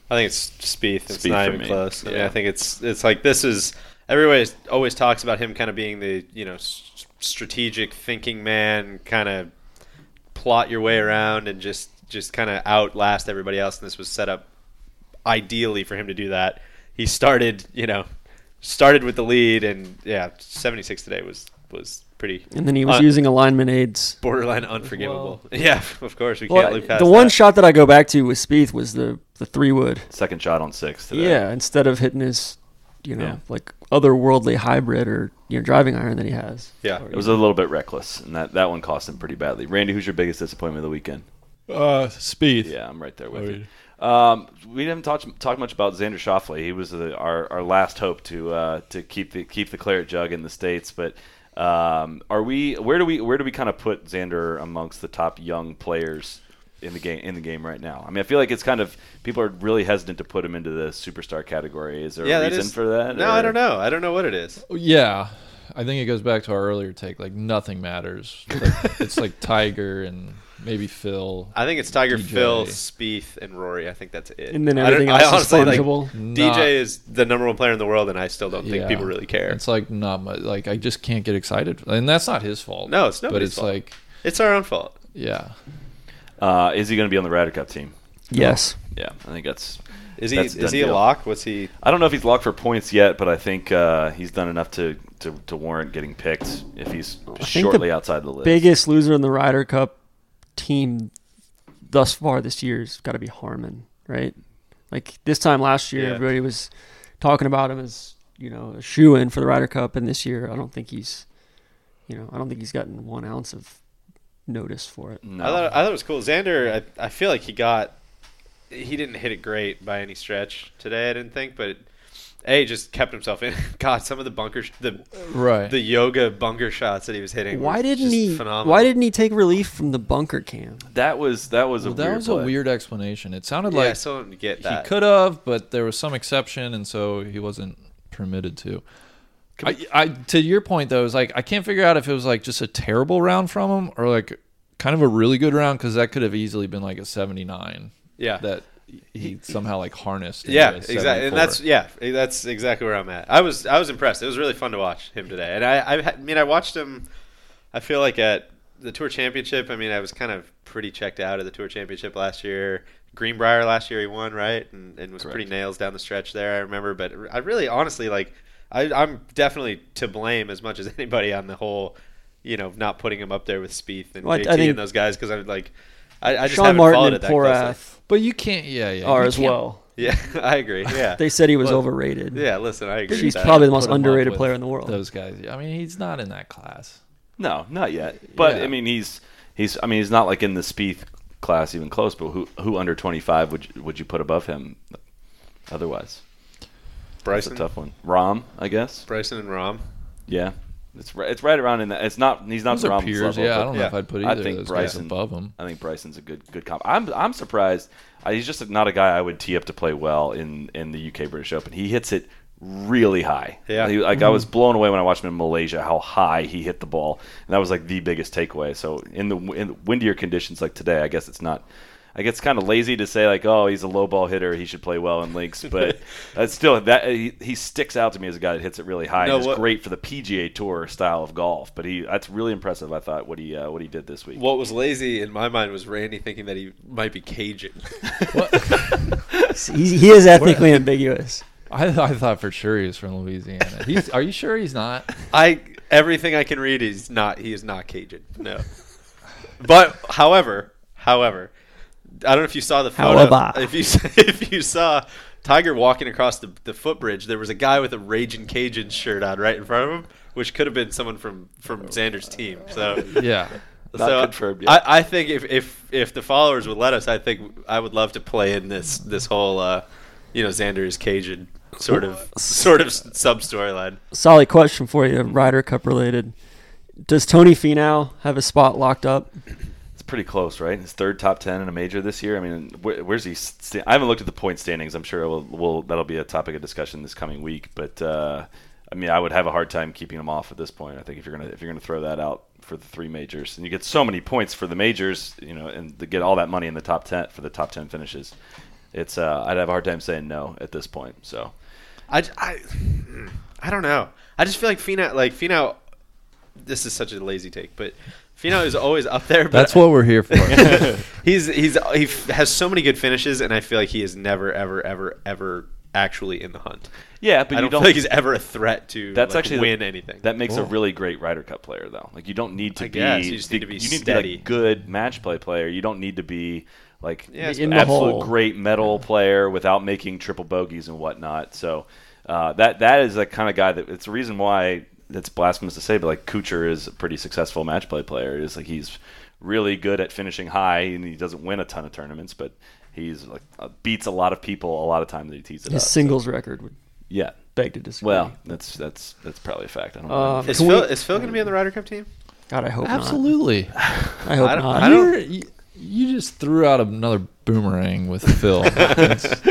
S6: I think it's Spieth. It's
S1: Spieth
S6: not
S1: for
S6: even
S1: me.
S6: close. I, mean,
S1: Yeah.
S6: I think it's it's like this is everybody always talks about him kind of being the you know s- strategic thinking man, kind of plot your way around and just just kind of outlast everybody else. And this was set up ideally for him to do that. He started you know started with the lead, and yeah, seventy six today was was pretty.
S7: And then he was
S6: uh,
S7: using alignment aids.
S6: borderline unforgivable. yeah, of course we
S7: Well,
S6: can't look past
S7: the one
S6: that.
S7: shot that I go back to with Spieth was the the three wood.
S1: Second shot on six today.
S7: Yeah, instead of hitting his, you know,
S1: Yeah.
S7: like otherworldly hybrid or you know driving iron that he has.
S6: Yeah.
S1: It was a little bit reckless, and that, that one cost him pretty badly. Randy, who's your biggest disappointment of the weekend?
S5: Uh, Speed.
S1: Yeah, I'm right there with
S5: Oh,
S1: you. Um, we didn't talk talk much about Xander Shoffley. He was the, our our last hope to uh, to keep the keep the claret jug in the states. But um, are we where do we where do we kind of put Xander amongst the top young players in the game in the game right now? I mean, I feel like it's kind of people are really hesitant to put him into the superstar category. Is there
S6: yeah,
S1: a
S6: that
S1: reason
S6: is-
S1: for that?
S6: No, I
S1: or-
S6: don't know. I don't know what it is.
S5: Yeah, I think it goes back to our earlier take. Like nothing matters. Like, it's like Tiger and maybe Phil.
S6: I think it's Tiger,
S5: DJ.
S6: Phil, Spieth, and Rory. I think that's it.
S7: And then
S6: I don't-
S7: everything
S6: I
S7: else is
S6: honestly, like,
S7: fungible.
S6: DJ
S5: Not-
S6: is the number one player in the world, and I still don't think
S5: Yeah.
S6: people really care.
S5: It's like not much. Like I just can't get excited, and that's not his fault.
S6: No, it's
S5: But
S6: nobody's
S5: it's
S6: fault.
S5: like,
S6: It's our own fault.
S5: yeah,
S1: Uh, is he going to be on the Ryder Cup team?
S7: Yes.
S1: Yeah, I think that's.
S6: Is he?
S1: That's a
S6: Is
S1: done
S6: he a
S1: deal.
S6: lock? What's he?
S1: I don't know if he's locked for points yet, but I think uh, he's done enough to, to, to warrant getting picked if he's
S7: think
S1: shortly
S7: the
S1: outside the list.
S7: Biggest loser in the Ryder Cup team thus far this year's got to be Harmon, right? Like this time last year,
S6: Yeah.
S7: everybody was talking about him as you know a shoe in for the Ryder Cup, and this year, I don't think he's, you know, I don't think he's gotten one ounce of notice for it.
S1: No.
S6: I thought. I thought it was cool. Xander. I, I feel like he got. He didn't hit it great by any stretch today. I didn't think, but a just kept himself in. God, some of the bunker, sh- the
S5: right.
S6: the yoga bunker shots that he was hitting.
S7: Why
S6: were
S7: didn't
S6: just
S7: he?
S6: Phenomenal.
S7: Why didn't he take relief from the bunker cam?
S1: that was that was a
S5: well, that
S1: weird
S5: was
S1: play.
S5: a weird explanation. It sounded
S6: Yeah, I
S5: like
S6: still didn't get
S5: he
S6: that.
S5: could have, but there was some exception, and so he wasn't permitted to. I, I to your point though is like I can't figure out if it was like just a terrible round from him or like kind of a really good round because that could have easily been like a seventy nine.
S6: Yeah.
S5: that he somehow like harnessed. into
S6: Yeah,
S5: a
S6: exactly.
S5: 74.
S6: And that's yeah, e, that's exactly where I'm at. I was I was impressed. It was really fun to watch him today. And I I, had- I mean I watched him. I feel like at the Tour Championship. I mean I was kind of pretty checked out of the Tour Championship last year. Greenbrier last year he won right and, and was pretty nails down the stretch there. I remember, but I really honestly like I, I'm definitely to blame as much as anybody on the whole. You know, not putting him up there with Spieth and
S7: Well, I- I
S6: JT
S7: think-
S6: and those guys because I'm like, I, I just
S7: Sean
S6: haven't followed
S7: Martin
S6: it
S7: and
S6: that closely.
S7: Porath
S5: But you can't. Yeah, yeah.
S7: are
S5: you
S7: as
S5: can't
S7: well.
S6: Yeah, I agree. Yeah,
S7: They said he was
S6: Well,
S7: overrated.
S6: yeah, listen, I agree.
S7: He's
S6: with that.
S7: probably the most
S5: put him up
S7: underrated
S5: with
S7: player in the world.
S5: Those guys. I mean, he's not in that class.
S1: No, not yet. But
S5: Yeah.
S1: I mean, he's he's I mean, he's not like in the Spieth class even close. But who who under twenty five would you, would you put above him? Otherwise, that's a
S6: Bryson,
S1: tough one. Rom, I guess.
S6: Bryson and Rom.
S1: Yeah, it's right, it's right around in that. It's not he's not
S5: Those are
S1: Rom's
S5: peers.
S1: level,
S5: yeah, I
S1: but-
S5: don't know
S6: yeah.
S5: if I'd put either
S1: I think
S5: of those
S1: Bryson
S5: guys above him.
S1: I think Bryson's a good good comp. I'm I'm surprised. I, he's just not a guy I would tee up to play well in in the UK British Open. He hits it really high.
S6: Yeah. Mm-hmm.
S1: He- like I was blown away when I watched him in Malaysia how high he hit the ball, and that was like the biggest takeaway. So in the in the windier conditions like today, I guess it's not. I guess it's kind of lazy to say like, oh, he's a low ball hitter. He should play well in links, but that's still that he, he sticks out to me as a guy that hits it really high.
S6: No,
S1: and is
S6: what-
S1: great for the PGA Tour style of golf, but he that's really impressive. I thought what he uh, what he did this week.
S6: What was lazy in my mind was Randy thinking that he might be Cajun.
S7: He's, he is ethnically ambiguous.
S5: I, I thought for sure he was from Louisiana. He's, are you sure he's not?
S6: I everything I can read is not he is not Cajun. No. But however, however, I don't know if you saw the photo.
S7: However.
S6: If you s- if you saw Tiger walking across the, the footbridge, there was a guy with a Raging Cajun shirt on right in front of him, which could have been someone from from Xander's team. So
S5: Yeah.
S1: Not
S6: so
S1: confirmed yet.
S6: I, I think if, if if the followers would let us, I think I would love to play in this this whole uh, you know Xander is Cajun sort of sort of sub storyline.
S7: Solid question for you, Ryder Cup related. Does Tony Finau have a spot locked up?
S1: It's pretty close, right? His third top ten in a major this year. I mean, where, where's he? Sta- I haven't looked at the point standings. I'm sure we'll, we'll, that'll be a topic of discussion this coming week. But uh, I mean, I would have a hard time keeping him off at this point. I think if you're gonna if you're gonna throw that out for the three majors, and you get so many points for the majors, you know, and to get all that money in the top ten for the top ten finishes, it's uh, I'd have a hard time saying no at this point. So
S6: I, I, I don't know. I just feel like Finau, like Finau, this is such a lazy take, but Finau is always up there. But
S5: That's what we're here for.
S6: he's he's he f- has so many good finishes, and I feel like he is never ever ever ever actually in the hunt.
S1: yeah, but
S6: I
S1: you
S6: don't,
S1: don't
S6: feel like he's ever a threat to
S1: that's
S6: like,
S1: actually
S6: win anything.
S1: That makes a really great Ryder Cup player, though. Like you don't need to
S6: I
S1: be.
S6: guess, you just need to be
S1: you need
S6: steady.
S1: a good match play player. You don't need to be like
S6: Yeah,
S1: an
S6: In
S7: the
S1: absolute
S7: hole.
S1: great metal player without making triple bogeys and whatnot. So uh, that that is the kind of guy that it's the reason why it's blasphemous to say, but like Kucher is a pretty successful match play player. It's like he's really good at finishing high, and he doesn't win a ton of tournaments, but he's like uh, beats a lot of people a lot of times that he tees it
S7: His
S1: up.
S7: singles record would
S1: yeah.
S7: beg to disagree.
S1: Well, that's that's that's probably a fact. I don't know.
S7: Um,
S6: is
S7: can
S6: Phil
S7: we-
S6: is Phil going to be on the Ryder Cup team?
S7: God, I hope
S5: Absolutely.
S7: not. I hope
S6: I don't-
S7: not.
S6: I don't-
S5: You're- you you just threw out another boomerang with Phil. That's-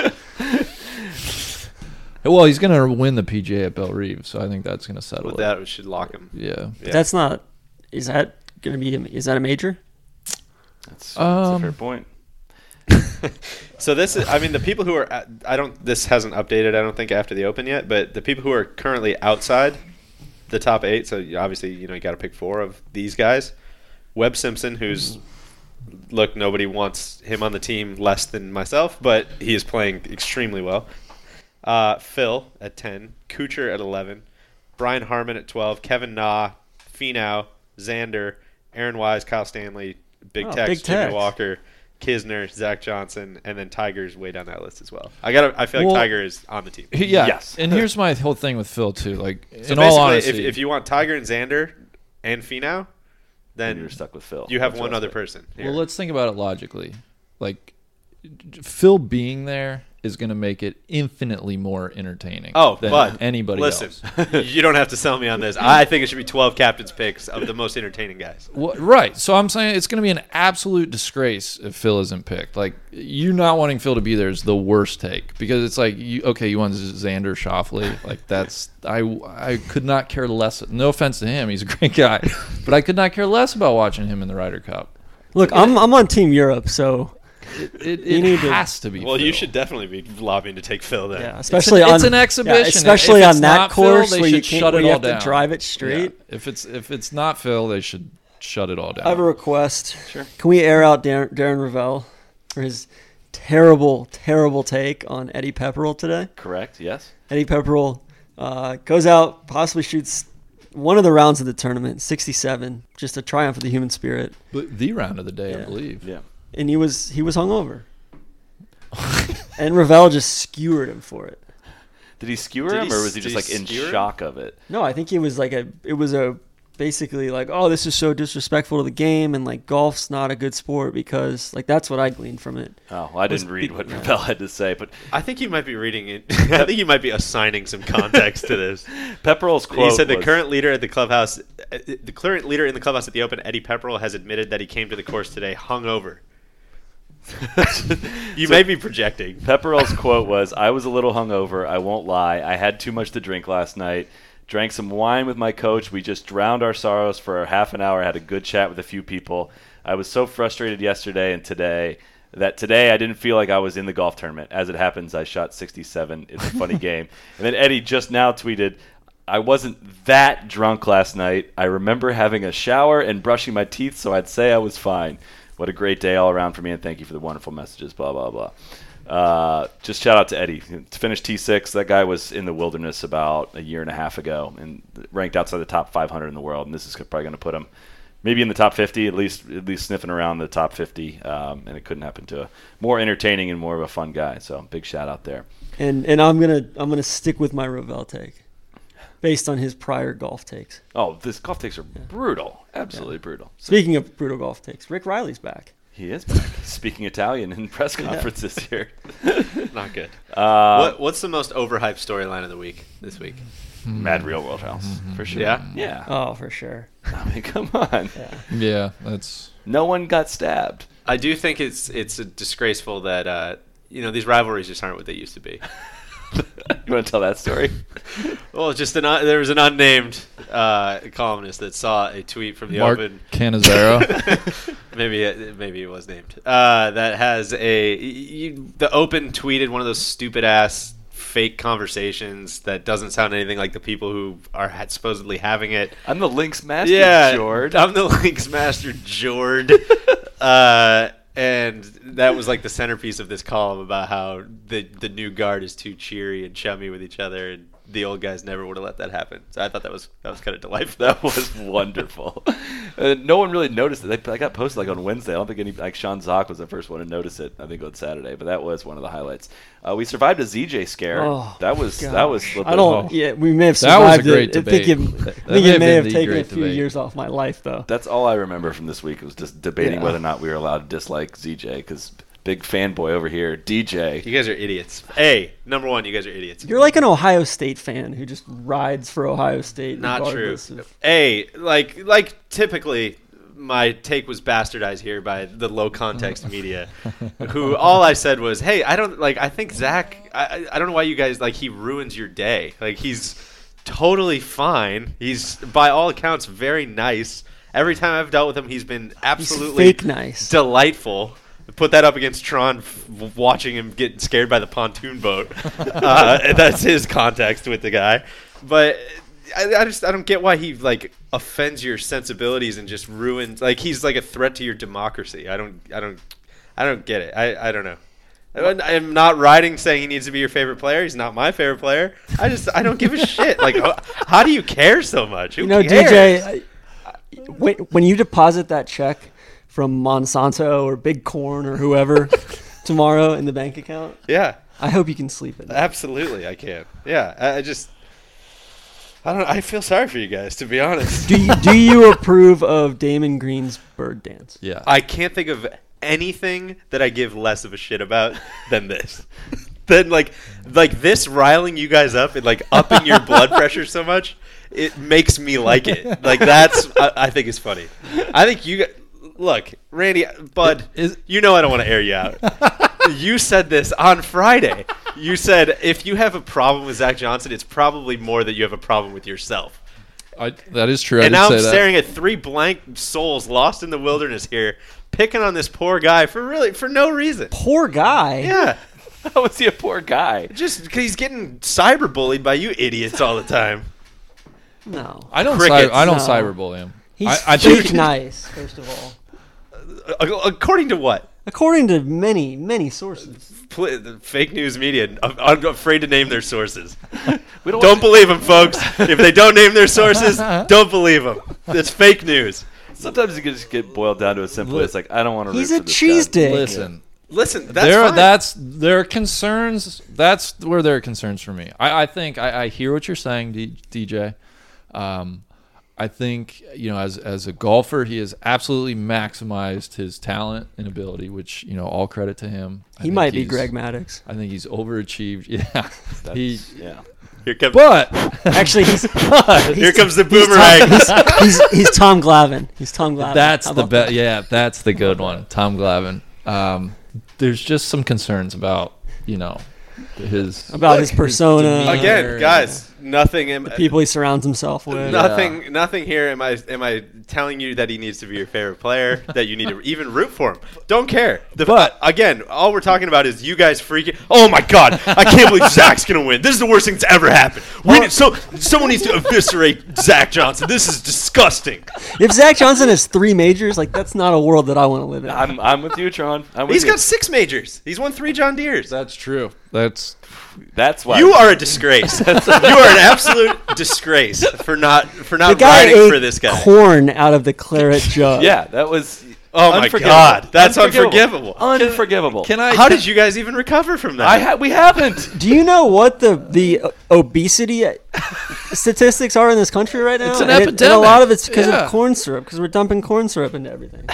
S5: well, he's gonna win the PGA at Bell Reeve, so I think that's gonna settle
S6: With
S5: it.
S6: that, we should lock him.
S5: Yeah.
S6: Yeah.
S7: That's not. Is that going to be? a- Is that a major?
S1: That's, that's a
S5: Um,
S1: fair point.
S6: So this is, I mean, the people who are, at- I don't, this hasn't updated, I don't think, after the Open yet, but the people who are currently outside the top eight, so you- obviously, you know, you got to pick four of these guys. Webb Simpson, who's, look, nobody wants him on the team less than myself, but he is playing extremely well. Uh, Phil at 10, Kucher at 11, Brian Harmon at 12, Kevin Na, Finau, Xander, Aaron Wise, Kyle Stanley, Big
S7: Oh,
S6: Tex,
S7: Big
S6: Jimmy
S7: Tex.
S6: Walker, Kisner, Zach Johnson, and then Tiger's way down that list as well. I got. I feel like
S5: Well-
S6: Tiger is on the team.
S5: He- Yeah.
S1: Yes.
S5: And here's my whole thing with Phil too. Like,
S6: So
S5: in all
S6: basically,
S5: honesty,
S6: if, if you want Tiger and Xander and Finau,
S1: And
S6: then
S1: you're stuck with Phil.
S6: you have
S1: That's
S6: one
S1: what I
S6: other
S1: said.
S6: person. Here.
S5: well, let's think about it logically. Like, Phil being there is gonna make it infinitely more entertaining.
S6: Oh,
S5: than
S6: but
S5: anybody
S6: listen,
S5: else.
S6: you don't have to sell me on this. I think it should be 12 captains picks of the most entertaining guys.
S5: Well, right. So I'm saying it's going to be an absolute disgrace if Phil isn't picked. Like you not wanting Phil to be there is the worst take because it's like you okay, you want Xander Shoffley. Like that's I I could not care less. No offense to him, he's a great guy, but I could not care less about watching him in the Ryder Cup.
S7: Look, I'm I'm on Team Europe, so
S5: It,
S7: You
S5: it
S7: need to-
S5: has to, be.
S6: Well, you
S5: Phil.
S6: should definitely be lobbying to take Phil then.
S7: yeah,
S5: It's
S7: especially
S5: an-
S7: on
S5: it's an exhibition.
S7: yeah,
S5: If
S7: especially
S5: it's
S7: on that
S5: not Phil,
S7: course
S5: they
S7: where you
S5: should
S7: can't
S5: shut it
S7: where you
S5: all
S7: have
S5: down.
S7: to drive it
S5: Yeah.
S7: straight.
S5: If it's if it's not Phil, they should shut it all down.
S7: I have a request. Sure. Can we air out Darren, Darren Ravel for his terrible, terrible take on Eddie Pepperell today?
S1: Correct. Yes.
S7: Eddie Pepperell uh, goes out, possibly shoots one of the rounds of the tournament, 67, just a triumph of the human spirit,
S5: but the round of the day, I believe.
S1: Yeah.
S7: and he was he was hungover. and Ravel just skewered him for it.
S1: Did he skewer
S6: Did
S1: him,
S6: he-
S1: or was he
S6: did
S1: just
S6: he
S1: like in
S6: skewer him?
S1: shock of it?
S7: No, I think he was like a. It was a basically like, oh, this is so disrespectful to the game, and like golf's not a good sport because like that's what I gleaned from it.
S1: Oh, well, I didn't read what Ravel had to say, but
S6: I think you might be reading it. I think you might be assigning some context to this.
S1: Pepperell's quote.
S6: he said the
S1: was-
S6: current leader at the clubhouse, uh, the current leader in the clubhouse at the Open, Eddie Pepperell, has admitted that he came to the course today hungover. you may be projecting.
S1: Pepperell's quote was, "I was a little hungover. I won't lie. I had too much to drink last night. Drank some wine with my coach. We just drowned our sorrows for half an hour. Had a good chat with a few people. I was so frustrated yesterday and today." That today I didn't feel like I was in the golf tournament. As it happens, I shot 67. It's a funny game. And then Eddie just now tweeted, I wasn't that drunk last night. I remember having a shower and brushing my teeth, so I'd say I was fine. What a great day all around for me, and thank you for the wonderful messages, blah, blah, blah. Uh, just shout out to Eddie. To finish T6, that guy was in the wilderness about a year and a half ago and ranked outside the top 500 in the world, and this is probably going to put him maybe in the top 50, at least at least sniffing around the top 50, um, and it couldn't happen to a more entertaining and more of a fun guy. So big shout out there.
S7: And and I'm gonna I'm gonna stick with my Ravel take, based on his prior golf takes.
S1: Oh, this golf takes are brutal, absolutely brutal.
S7: Speaking of brutal golf takes, Rick Riley's back.
S1: He is back. speaking Italian in press conferences here.
S6: Not good.
S1: Uh,
S6: what, what's the most overhyped storyline of the week this week?
S1: Mad Real World House for sure.
S6: Yeah?
S1: yeah.
S7: Oh, for sure.
S1: I mean, come on.
S5: Yeah, that's
S1: No one got stabbed.
S6: I do think it's it's disgraceful that uh, you know these rivalries just aren't what they used to be.
S1: You want to tell that story?
S6: Well, just an un- there was an unnamed uh, columnist that saw a tweet from the
S5: Mark
S6: open.
S5: Canizaro.
S6: maybe it, maybe it was named. Uh, that has a you, the open tweeted one of those stupid ass fake conversations that doesn't sound anything like the people who are had supposedly having it.
S1: I'm the Lynx master,
S6: Yeah,
S1: Jord.
S6: I'm the Links Master Jord. uh, and that was like the centerpiece of this column about how the the new guard is too cheery and chummy with each other, and the old guys never would have let that happen. So I thought that was that was kind of delightful.
S1: That was wonderful. Uh, no one really noticed it. They, I got posted like on Wednesday. I don't think any like Sean Zock was the first one to notice it. I think on Saturday, but that was one of the highlights. Uh, we survived a ZJ scare.
S7: Oh,
S1: that was that
S7: gosh.
S1: was. a little
S7: I
S1: bit-
S7: don't. Yeah, we may have
S5: That was a
S7: survived
S5: great
S7: it. I think
S5: debate.
S7: it,
S5: That-
S7: I think
S5: that
S7: it
S5: may
S7: may
S5: have been
S7: have
S5: the
S7: taken a
S5: great
S7: few
S5: debate.
S7: years off my life, though.
S1: That's all I remember from this week was just debating
S7: Yeah.
S1: whether or not we were allowed to dislike ZJ because big fanboy over here, DJ.
S6: You guys are idiots. Hey, number one, you guys are idiots.
S7: You're like an Ohio State fan who just rides for Ohio State.
S6: Not true.
S7: regardless of-
S6: Hey, like like typically my take was bastardized here by the low context media who all I said was, "Hey, I don't like I think Zach I I I don't know why you guys like he ruins your day. Like he's totally fine. He's by all accounts very nice. Every time I've dealt with him, he's been absolutely
S7: fake nice.
S6: delightful. Put that up against Tron f- watching him get scared by the pontoon boat. uh, that's his context with the guy. But I, I just I don't get why he like offends your sensibilities and just ruins like he's like a threat to your democracy. I don't I don't I don't get it. I, I don't know. I- I'm not riding saying he needs to be your favorite player. He's not my favorite player. I just I don't give a shit. Like ho- how do you care so much? Who
S7: You know,
S6: cares?
S7: DJ, I, I- when, when you deposit that check from Monsanto or Big Corn or whoever tomorrow in the bank account,
S6: Yeah.
S7: I hope you can sleep at night.
S6: Absolutely, I can. Yeah, I, I just, I don't. I feel sorry for you guys, to be honest.
S7: Do you, do you approve of Damon Green's bird dance?
S5: yeah.
S6: I can't think of anything that I give less of a shit about than this. than like, like this riling you guys up and like upping your blood pressure so much, it makes me like it. Like that's, I, I think is funny. I think you guys. Look, Randy, Bud,
S5: Is-
S6: you know I don't want to air you out. you said this on Friday. You said if you have a problem with Zach Johnson, it's probably more that you have a problem with yourself.
S5: I, that is true. I
S6: and
S5: did
S6: now
S5: say
S6: I'm
S5: that.
S6: staring at three blank souls lost in the wilderness here, picking on this poor guy for really for no reason.
S7: Poor guy.
S6: Yeah,
S1: How was he a poor guy?
S6: just 'cause he's getting cyberbullied by you idiots all the time.
S7: No.
S5: I don't.
S6: Crickets.
S5: Cyber, I don't
S7: No.
S5: cyberbully him.
S7: He's
S5: I, I
S7: fake
S5: think
S7: nice, first of all.
S6: A- According to what?
S7: According to many, many sources.
S6: Pl- the Fake news media. I'm- I'm afraid to name their sources.
S1: We
S6: Don't believe them, folks. If they don't name their sources, don't believe them. It's fake news.
S1: Sometimes you can just get boiled down to as simple as like, I don't want to.
S7: He's
S1: root
S7: a
S1: for this
S7: cheese
S1: guy.
S7: dick.
S5: listen.
S6: Listen, that's
S5: there,
S6: fine.
S5: that's there are concerns. That's where there are concerns for me. I, I think I, I hear what you're saying, D, DJ. Um, I think you know, as as a golfer, he has absolutely maximized his talent and ability, which you know, all credit to him. I
S7: He
S5: think
S7: might be
S5: he's-
S7: Greg Maddox.
S5: I think he's overachieved. Yeah, he.
S1: Yeah.
S6: Here comes,
S5: But
S7: Actually, he's,
S6: here comes the boomerang.
S7: he's, he's Tom Glavin. He's Tom Glavin.
S5: That's
S7: How
S5: the
S7: about
S5: best. Yeah, that's the good one. Tom Glavin. Um, there's just some concerns about you know his
S7: About his persona.
S5: demeanor.
S6: Again, guys, nothing. Am,
S7: that? People he surrounds himself with.
S6: nothing. Nothing here. Am I? Am I telling you that he needs to be your favorite player? that you need to even root for him? Don't care. The,
S5: But-
S6: again, all we're talking about is you guys freaking. Oh my god! I can't believe Zach's gonna win. This is the worst thing that's ever happened. We need, so someone needs to eviscerate Zach Johnson. This is disgusting.
S7: If Zach Johnson has three majors, like that's not a world that I want to live in.
S1: I'm, I'm with you, Tron. I'm with
S6: He's
S1: you.
S6: got six majors. He's won three John Deere's.
S5: That's true. That's
S1: That's why
S6: You are a disgrace. you are an absolute disgrace for not for
S7: the
S6: not
S7: guy
S6: riding
S7: ate
S6: for this guy.
S7: corn out of the claret jug.
S1: Yeah, that was.
S6: Oh my
S1: unforgivable.
S6: God, that's unforgivable.
S1: Unforgivable.
S5: can I?
S6: How did you guys even recover from that?
S1: I ha- we haven't.
S7: Do you know what the the obesity statistics are in this country right now? It's
S5: an
S7: And a
S5: epidemic.
S7: lot of it's because
S5: Yeah.
S7: of corn syrup, because we're dumping corn syrup into everything.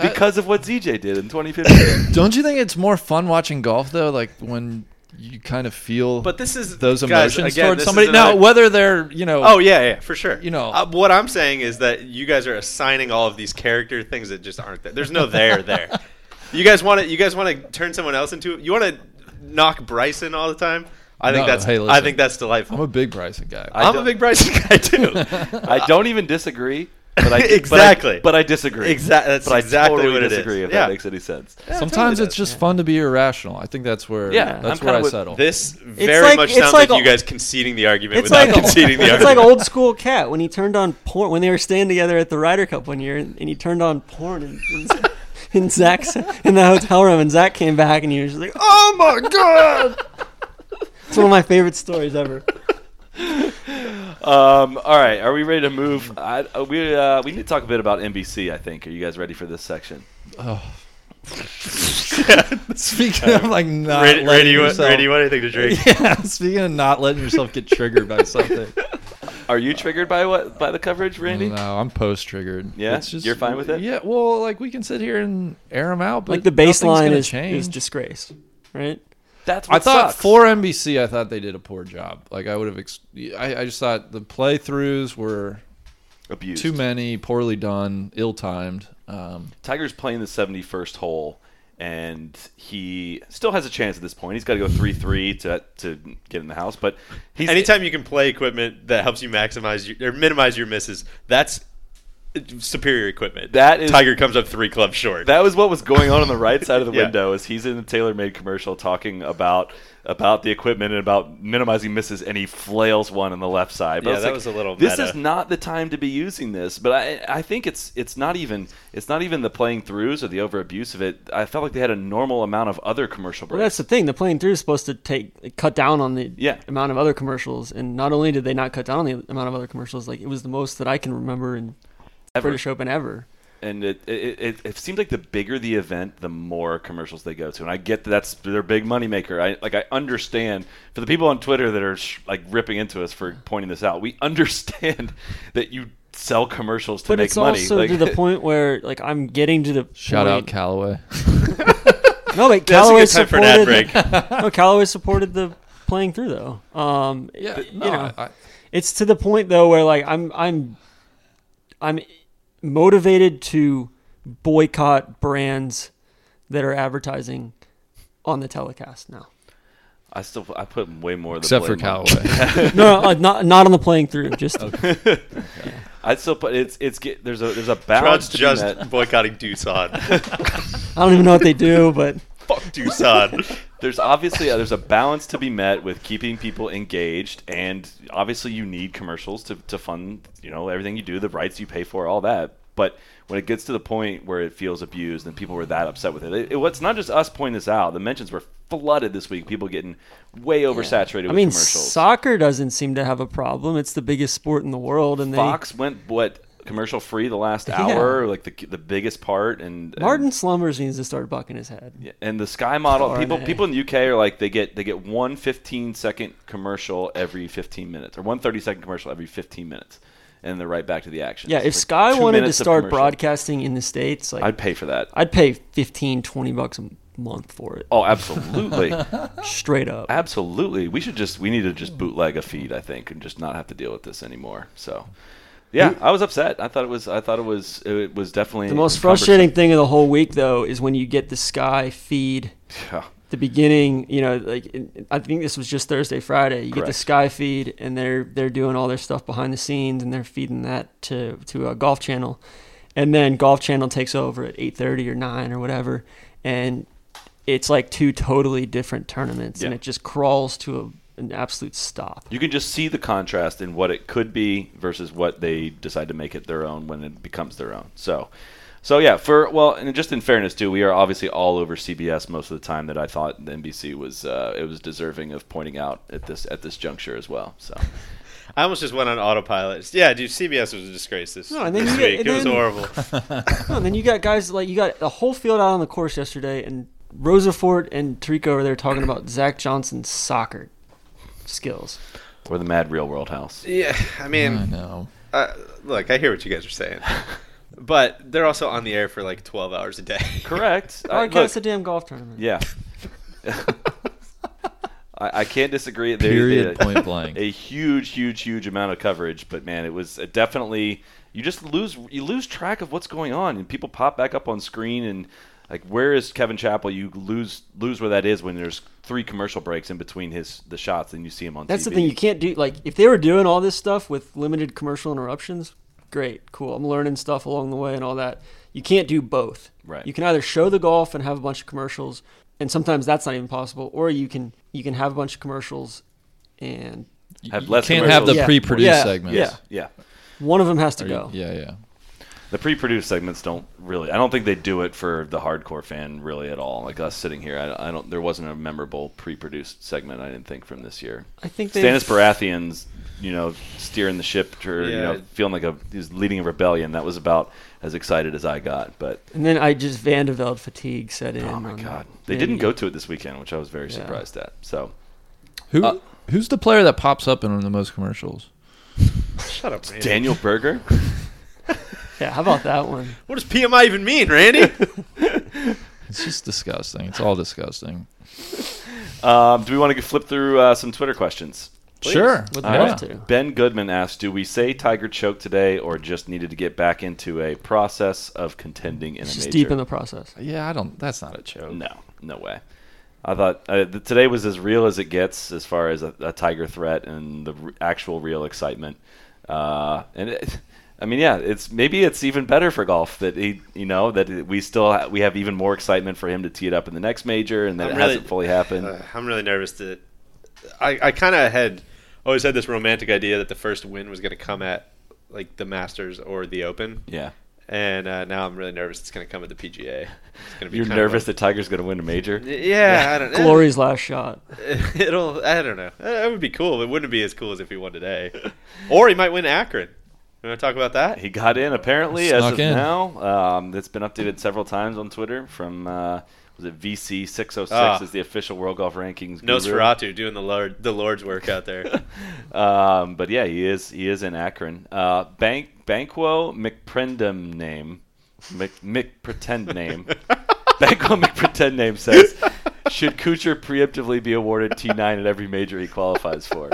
S1: because of what ZJ did in 2015.
S5: Don't you think it's more fun watching golf though? Like when you kind of feel
S6: But this is
S5: those
S6: guys,
S5: emotions
S6: again,
S5: towards
S6: this
S5: somebody.
S6: is
S5: Now,
S6: another-
S5: whether they're you know,
S6: Oh yeah, yeah, for sure.
S5: You know-
S6: uh, what I'm saying is that you guys are assigning all of these character things that just aren't there. There's no there there. You guys want to you guys want to turn someone else into you want to knock Bryson all the time. I think
S5: No,
S6: that's
S5: hey,
S6: I
S5: listen.
S6: think that's
S5: I'm
S6: delightful.
S5: a big Bryson guy.
S6: I'm, a
S1: don't-
S6: big Bryson guy too.
S1: I don't even disagree. But I, But I,
S6: Exactly.
S1: but I disagree.
S6: Exact- that's
S1: but I
S6: exactly
S1: totally
S6: what it is.
S1: disagree if
S6: Yeah.
S1: that makes any sense.
S5: Sometimes
S6: totally
S5: it's
S6: does.
S5: just fun to be irrational. I think that's where
S1: Yeah, I'm
S5: that's
S1: kinda
S5: where I
S1: with-
S5: settle.
S6: This very
S7: like-
S6: much
S7: it's
S6: sounds like,
S7: like
S6: you
S7: a-
S6: guys conceding the argument
S7: It's
S6: without
S7: like
S6: conceding the
S7: it's
S6: argument.
S7: like old school cat when he turned on porn when they were standing together at the Ryder Cup one year and, and he turned on porn and, and, and Zach's in the hotel room and Zach came back and he was just like, "Oh my god!" It's one of my favorite stories ever.
S1: Um, all right, are we ready to move? I, uh, we uh, we need to talk a bit about NBC. I think. Are you guys ready for this section?
S5: Speaking of like not
S6: Ray, Ray,
S5: letting
S6: do you want,
S5: yourself,
S6: Ray, do you want anything to drink?
S5: yeah, speaking of not letting yourself get triggered by something.
S1: Are you triggered by what by the coverage, Randy?
S5: No, I'm post triggered.
S1: Yeah? You're fine with it?
S5: Yeah, well, like we can sit here and air them out, but
S7: Like the
S5: nothing's
S7: baseline
S5: gonna
S7: is,
S5: change.
S7: is disgrace, right?
S1: That's what
S5: I thought
S1: sucks.
S5: for NBC, I thought they did a poor job. Like I would have, ex- I, I just thought the playthroughs were
S1: abused.
S5: too many, poorly done, ill-timed. Um,
S1: Tiger's playing the 71st hole, and he still has a chance at this point. He's got to go 3 3 to to get in the house, but he's.
S6: Anytime you can play equipment that helps you maximize your, or minimize your misses, that's superior equipment.
S1: That is-
S6: Tiger comes up three clubs short.
S1: That was what was going on on the right side of the
S6: Yeah.
S1: window. Is he's in the TaylorMade commercial talking about about the equipment and about minimizing misses, and he flails one on the left side. But
S6: Yeah,
S1: I was
S6: that
S1: like,
S6: was a little
S1: This
S6: meta.
S1: is not the time to be using this. But I I think it's it's not even it's not even the playing throughs or the over abuse of it. I felt like they had a normal amount of other commercial
S7: Well,
S1: breaks.
S7: that's the thing. The playing through is supposed to take cut down on the
S1: Yeah.
S7: amount of other commercials, and not only did they not cut down on the amount of other commercials, like it was the most that I can remember in
S1: Ever.
S7: British Open ever.
S1: and it it, it it seems like the bigger the event, the more commercials they go to. And I get that that's their big moneymaker. I like I understand for the people on Twitter that are sh- like ripping into us for pointing this out. We understand that you sell commercials to
S7: But
S1: make
S7: it's
S1: money.
S7: also
S1: like,
S7: to the point where, like, I'm getting to the
S5: shout out
S7: point.
S5: Callaway.
S7: No, wait,
S6: That's a
S7: Callaway
S6: good time for an ad
S7: supported.
S6: break.
S7: no, Callaway supported the playing through though. Um,
S5: Yeah,
S7: you
S5: no,
S7: know,
S5: I-
S7: it's to the point though where like I'm I'm I'm motivated to boycott brands that are advertising on the telecast now.
S1: I still I put way more of the
S5: except for
S1: blame on-
S5: Callaway.
S7: No, uh, not not on the playing through. Just
S1: I still put it's it's get, there's a there's a
S6: Rod's
S1: balance to just
S6: just boycotting Doosan.
S7: I don't even know what they do, but
S6: Fuck Doosan.
S1: there's obviously uh, there's a balance to be met with keeping people engaged and obviously you need commercials to, to fund you know everything you do the rights you pay for all that but when it gets to the point where it feels abused and people were that upset with it, it, it- it's not just us pointing this out the mentions were flooded this week people getting way oversaturated
S7: I
S1: with
S7: mean,
S1: commercials
S7: soccer doesn't seem to have a problem. It's the biggest sport in the world, and they
S1: fox went what commercial free the last
S7: Yeah.
S1: hour like the, the biggest part and, and
S7: Martin Slumbers needs to start bucking his head.
S1: and the sky model
S7: Far
S1: people
S7: and
S1: people in the UK are like they get they get one 15 second commercial every 15 minutes or one 30 second commercial every 15 minutes and they're right back to the action.
S7: Yeah,
S1: It's
S7: if
S1: like
S7: Sky
S1: two
S7: wanted to
S1: minutes of
S7: start
S1: commercial.
S7: broadcasting in the states, like
S1: I'd
S7: I'd,
S1: pay for that.
S7: pay 15, 20 bucks a month for it,
S1: Oh, absolutely.
S7: straight up.
S1: absolutely. We should just we need to just bootleg a feed, I think, and just not have to deal with this anymore. So yeah, I was upset. I thought it was I thought it was it was definitely
S7: The
S1: cumbersome.
S7: most frustrating thing of the whole week, though, is when you get the Sky feed.
S1: Yeah.
S7: The beginning, you know, like in- I think this was just Thursday, Friday. You get the
S1: Correct.
S7: Sky feed, and they're they're doing all their stuff behind the scenes, and they're feeding that to to a Golf Channel, and then Golf Channel takes over at eight thirty or nine or whatever, and it's like two totally different tournaments, and
S1: Yeah.
S7: it just crawls to a, an absolute stop.
S1: You can just see the contrast in what it could be versus what they decide to make it their own when it becomes their own. So, so yeah, for well, and just in fairness too, we are obviously all over CBS most of the time. That I thought the NBC was uh, it was deserving of pointing out at this at this juncture as well. So,
S6: I almost just went on autopilot. Yeah, dude, CBS was a disgrace this,
S7: No, and then
S6: this
S7: you get-
S6: week.
S7: and
S6: it was
S7: then-
S6: horrible.
S7: No, Oh, and then you got guys like you got the whole field out on the course yesterday, and Rosafort and Tariq over there talking about Zach Johnson's soccer skills.
S1: or the Mad Real World House.
S6: Yeah, I mean,
S5: I know.
S6: uh, look, I hear what you guys are saying, but they're also on the air for like twelve hours a day.
S1: Correct. I-
S7: Broadcast a
S1: look,
S7: damn golf tournament.
S1: yeah. I, I can't disagree. They- they
S5: Period.
S1: did
S5: Point blank.
S1: a huge, huge, huge amount of coverage. But man, it was uh, definitely you just lose you lose track of what's going on, and people pop back up on screen and like where is Kevin Chappell? You lose lose where that is when there's three commercial breaks in between his the shots, and you see him on.
S7: That's
S1: TV.
S7: the thing. You can't do like if they were doing all this stuff with limited commercial interruptions. Great, cool. I'm learning stuff along the way and all that. You can't do both.
S1: Right.
S7: You can either show the golf and have a bunch of commercials, and sometimes that's not even possible. Or you can you can have a bunch of commercials, and
S1: have less
S5: can't have the
S1: commercials.
S5: pre-produced
S7: Yeah.
S5: segments.
S7: Yeah.
S1: yeah.
S7: one of them has to
S5: Or-
S7: go.
S5: yeah, yeah.
S1: The pre-produced segments don't really. I don't think they do it for the hardcore fan really at all. Like us sitting here, I, I don't. There wasn't a memorable pre-produced segment. I didn't think from this year.
S7: I think they've-
S1: Stannis Baratheon's, you know, steering the ship or you
S6: Yeah.
S1: know, feeling like a he's leading a rebellion. That was about as excited as I got. But
S7: And then I just Vandeveld fatigue set in.
S1: oh my
S7: on
S1: god,
S7: that.
S1: they
S7: And
S1: didn't
S7: you-
S1: go to it this weekend, which I was very surprised at. So
S5: Who
S1: Uh,
S5: who's the player that pops up in the most commercials?
S6: Shut up, Randy.
S1: Daniel Berger,
S7: Yeah, how about that one?
S6: What does PMI even mean, Randy?
S5: It's just disgusting. It's all disgusting.
S1: um, do we want to flip through uh, some Twitter questions?
S5: Sure.
S7: Would
S1: All
S7: love
S1: right.
S7: to.
S1: Ben Goodman asks, "Do we say Tiger choked today, or just needed to get back into a process of contending in
S7: It's
S1: a
S7: just
S1: major?"
S7: deep in the process.
S5: Yeah, I don't. That's not a joke.
S1: no, no way. I thought uh, th- today was as real as it gets as far as a, a Tiger threat and the r- actual real excitement. Uh, and it, I mean, yeah, it's maybe it's even better for golf that he, you know, that it- we still ha- we have even more excitement for him to tee it up in the next major, and that
S6: I'm
S1: it
S6: really-
S1: hasn't fully happened.
S6: Uh, I'm really nervous that I, I kind of had always had this romantic idea that the first win was going to come at like the Masters or the Open.
S1: yeah,
S6: And uh, now I'm really nervous it's going to come at the PGA. It's gonna be
S1: you're
S6: kinda
S1: nervous that
S6: like-
S1: Tiger's going to win a major.
S6: yeah, I don't
S7: Glory's last shot.
S6: It'll. I don't know. Uh, It would be cool. It wouldn't be as cool as if he won today, or he might win Akron. You want to talk about that?
S1: He got in apparently as
S5: Snuck
S1: of
S5: in.
S1: now. Um, that's been updated several times on Twitter from uh, was it VC six oh
S6: Ah.
S1: six is the official World Golf Rankings. guru.
S6: Nosferatu doing the Lord, the Lord's work out there.
S1: Um, but yeah, he is he is in Akron. Uh, Bank Banquo McPrendum name, Mc, McPretend name. Banquo McPretend name says, should Kuchar preemptively be awarded T nine at every major he qualifies for?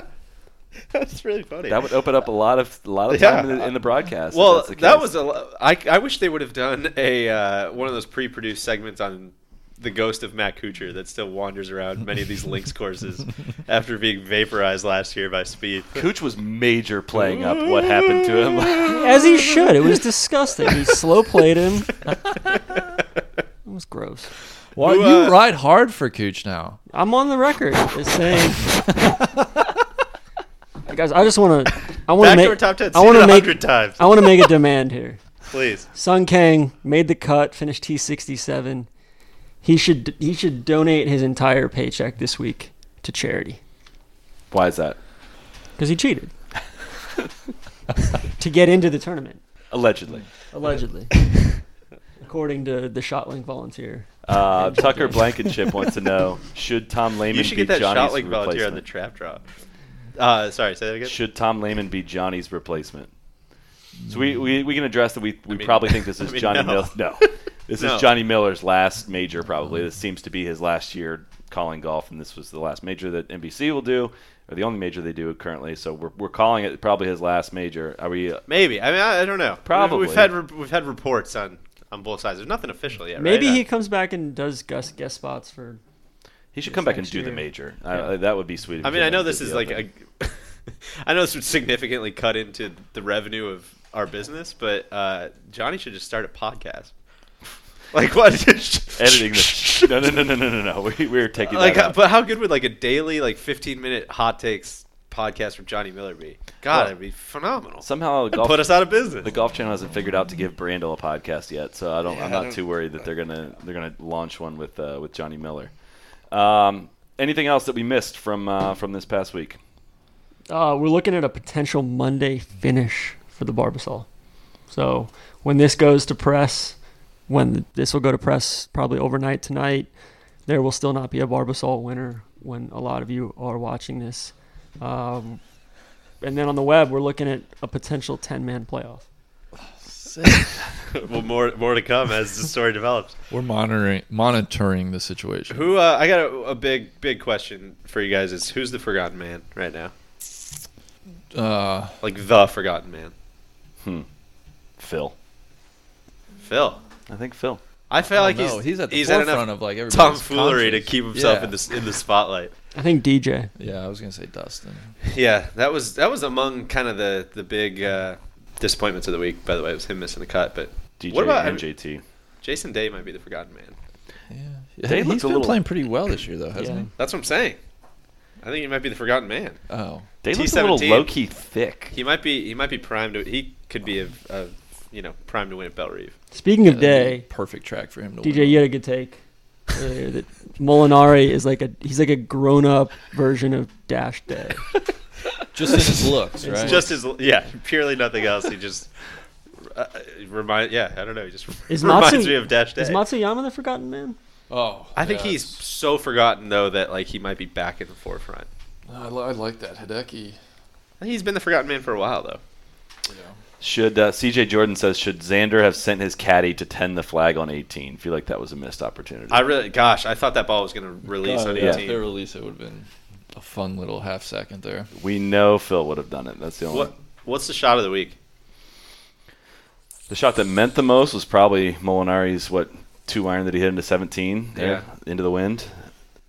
S6: That's really funny.
S1: That would open up a lot of a lot of time
S6: Yeah.
S1: in, the, in the broadcast. if
S6: Well,
S1: that's the
S6: that
S1: case.
S6: was a. lo- I, I wish they would have done a uh, one of those pre-produced segments on the ghost of Matt Kuchar that still wanders around many of these links courses after being vaporized last year by speed.
S1: Cooch was major playing up what happened to him.
S7: As he should. It was disgusting. He slow played him. it was gross.
S5: Why
S6: Who,
S5: you
S6: uh,
S5: ride hard for Cooch now?
S7: I'm on the record as saying, Hey, guys, I just want to. I want to
S6: Back
S7: make.
S6: to our top ten.
S7: I want to make.
S6: hundred times,
S7: I want to make a demand here.
S6: please.
S7: Sun Kang made the cut. Finished T67. He should. He should donate his entire paycheck this week to charity
S1: Why is that?
S7: because he cheated to get into the tournament
S1: Allegedly.
S7: allegedly, according to the Shotlink volunteer.
S1: Uh, Tucker Blankenship wants to know: Should Tom Lehman
S6: You should
S1: be
S6: get that
S1: Johnny's
S6: shot like volunteer on the
S1: replacement?
S6: trap drop. Uh, sorry, say that again.
S1: should Tom Lehman be Johnny's replacement? So we, we, we can address that we, we
S6: mean-
S1: probably think this
S6: I
S1: is
S6: mean,
S1: Johnny
S6: no.
S1: Miller. No, this
S6: No.
S1: is Johnny Miller's last major. Probably this seems to be his last year calling golf, and this was the last major that NBC will do, or the only major they do currently. So we're, we're calling it probably his last major. Are we? uh,
S6: Maybe. I mean, I, I don't know.
S1: Probably.
S6: We've had re- we've had reports on on both sides. There's nothing official yet.
S7: Maybe
S6: right?
S7: he comes back and does guest guest spots for.
S1: He should come back and
S7: next
S1: do the
S7: year.
S1: major. I, that would be sweet. if
S6: I
S1: he
S6: mean, I
S1: did
S6: know
S1: that
S6: this
S1: to
S6: is
S1: the
S6: like
S1: Open.
S6: a. I know this would significantly cut into the revenue of our business, but uh, Johnny should just start a podcast. Like what?
S1: editing the no no no no no no no we, we're taking
S6: Like,
S1: that out.
S6: but how good would like a daily, like fifteen minute hot takes podcast from Johnny Miller be? God,
S1: Well,
S6: it'd be phenomenal.
S1: somehow
S6: It'd
S1: golf,
S6: put us out of business.
S1: the golf channel hasn't figured out to give brandel a podcast yet so i don't i'm
S6: Yeah, I
S1: not
S6: don't-
S1: too worried that they're gonna they're gonna launch one with uh, with johnny miller um, anything else that we missed from uh, from this past week
S7: Uh, we're looking at a potential Monday finish for the Barbasol. So when this goes to press, when th- this will go to press probably overnight tonight, there will still not be a Barbasol winner when a lot of you are watching this. Um, and then on the web, we're looking at a potential 10 man playoff.
S6: well, more more to come as the story develops.
S5: We're monitoring monitoring the situation.
S6: Who uh, I got a, a big big question for you guys is who's the forgotten man right now?
S5: Uh,
S6: Like the forgotten man,
S1: Phil.
S6: Phil.
S1: I think Phil.
S6: I feel like
S5: no,
S6: he's
S5: he's at the
S6: he's
S5: forefront
S6: had enough
S5: of like everybody's
S6: tomfoolery to
S5: conscience.
S6: keep himself
S5: Yeah.
S6: in the in the spotlight.
S7: I think DJ.
S5: Yeah, I was gonna say Dustin.
S6: Yeah, that was that was among kind of the the big uh, disappointments of the week. By the way, it was him missing the cut. But
S1: DJ
S6: what about
S1: and JT.
S6: Jason Day? Might be the forgotten man.
S5: Yeah,
S1: Dave
S5: he's
S1: looked a
S5: been
S1: little-
S5: playing pretty well this year though,
S7: Yeah.
S5: hasn't
S6: That's what I'm saying. I think he might be the forgotten man.
S5: he? Oh,
S1: They looked a little
S6: T17.
S1: low key thick.
S6: He might be he might be primed. To, he could be a, a you know primed to win at Bell Reeve.
S7: Speaking
S5: Yeah,
S7: of
S5: that'd be
S7: Day,
S5: a perfect track for him to
S7: DJ, you had a good take earlier that Molinari is like a he's like a grown up version of Dash Day.
S5: win. Just his looks, right?
S6: Just his yeah, purely nothing else. He just uh, remind yeah. I don't know. He just
S7: Is
S6: reminds
S7: Matsu-
S6: me of Dash Day.
S7: Is Matsuyama the Forgotten Man?
S5: oh,
S6: I think
S5: yeah,
S6: he's
S5: it's-
S6: so forgotten though that like he might be back in the forefront.
S5: I, li- I like that Hideki.
S6: I think he's been the forgotten man for a while though.
S1: Should uh, CJ Jordan says should Xander have sent his caddy to tend the flag on 18? Feel like that was a missed opportunity.
S6: I really, gosh, I thought that ball was going to release on
S5: Oh, yeah,
S6: 18.
S5: their release it would have been a fun little half second there.
S1: we know Phil would have done it. That's the only.
S6: What? What's the shot of the week?
S1: The shot that meant the most was probably Molinari's what two iron that he hit into 17 there into the wind.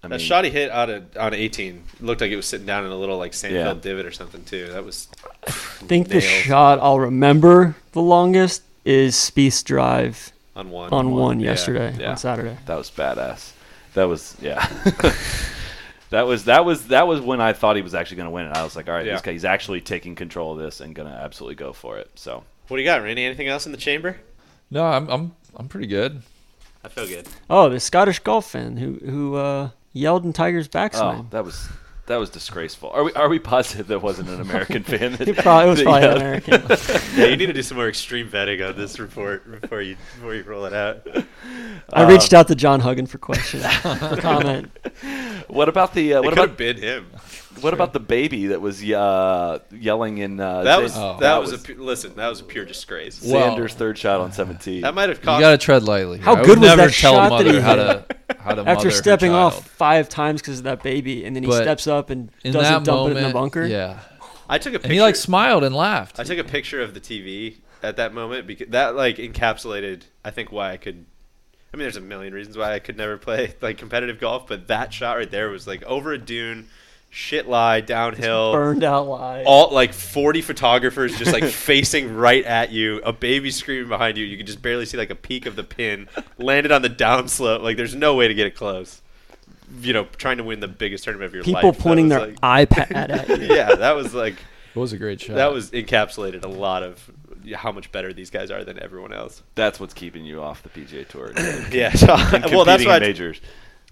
S1: I
S6: That shot he hit out of on 18 looked like it was sitting down in a little like sandfield
S1: Yeah.
S6: divot or something too. That was
S7: I think the
S6: Nails.
S7: shot I'll remember the longest is Spieth's drive
S6: on one.
S7: on one
S6: Yeah,
S7: yesterday
S6: Yeah.
S7: on Saturday.
S1: that was badass. That was yeah. that was that was that was when I thought he was actually going to win it. I was like, all right,
S6: Yeah.
S1: this guy he's actually taking control of this and going to absolutely go for it. So
S6: What do you got, Randy? Anything else in the chamber?
S5: No, I'm I'm I'm pretty good.
S6: I feel good.
S7: Oh, the Scottish golf fan who who uh, yelled in Tiger's backswing.
S1: oh, that was that was disgraceful. Are we are we positive that wasn't an American fan? uh, That,
S7: It probably it was
S1: that
S7: probably
S1: yelled?
S7: an American.
S6: Yeah, you need to do some more extreme betting on this report before you before you roll it out.
S7: I reached
S6: uh,
S7: out to John Huggan for question for comment.
S1: What about the uh,
S6: What
S1: what
S6: could have
S1: about
S6: been him.
S1: what about the baby that was uh, yelling in? Uh,
S6: That was
S5: Oh.
S6: that was a pu- listen. That was a pure disgrace.
S5: Wha- Wow.
S1: Sanders' third shot on 17.
S6: That might have
S5: You
S6: cost.
S5: gotta tread lightly. here.
S7: How
S5: I would
S7: good was
S5: never
S7: that
S5: tell
S7: shot that
S5: mother
S7: he
S5: how
S7: hit?
S5: to how to mother
S7: After
S5: her
S7: stepping
S5: child.
S7: off five times because of that baby, and then he
S5: But
S7: steps up and
S5: in
S7: doesn't
S5: that
S7: dump
S5: moment,
S7: it in the bunker.
S5: Yeah,
S6: I took a picture.
S5: and he like smiled and laughed.
S6: I took a picture of the TV at that moment because that like encapsulated I think why I could I mean there's a million reasons why I could never play like competitive golf, but that shot right there was like over a dune, shit lie, downhill,
S7: Burned out live.
S6: Oh. all like 40 photographers just like facing right at you, a baby screaming behind you, you could just barely see like a peak of the pin, landed on the downslope, like there's no way to get it close. You know, trying to win the biggest tournament of your life.
S7: People
S6: That
S7: pointing
S6: was,
S7: their iPad at you.
S6: like, Yeah, that was like
S5: It was a great shot.
S6: that was encapsulated a lot of how much better these guys are than everyone else.
S1: That's what's keeping you off the PGA Tour.
S6: Yeah. so-
S1: Competing
S6: well, that's
S1: in
S6: why I,
S1: majors.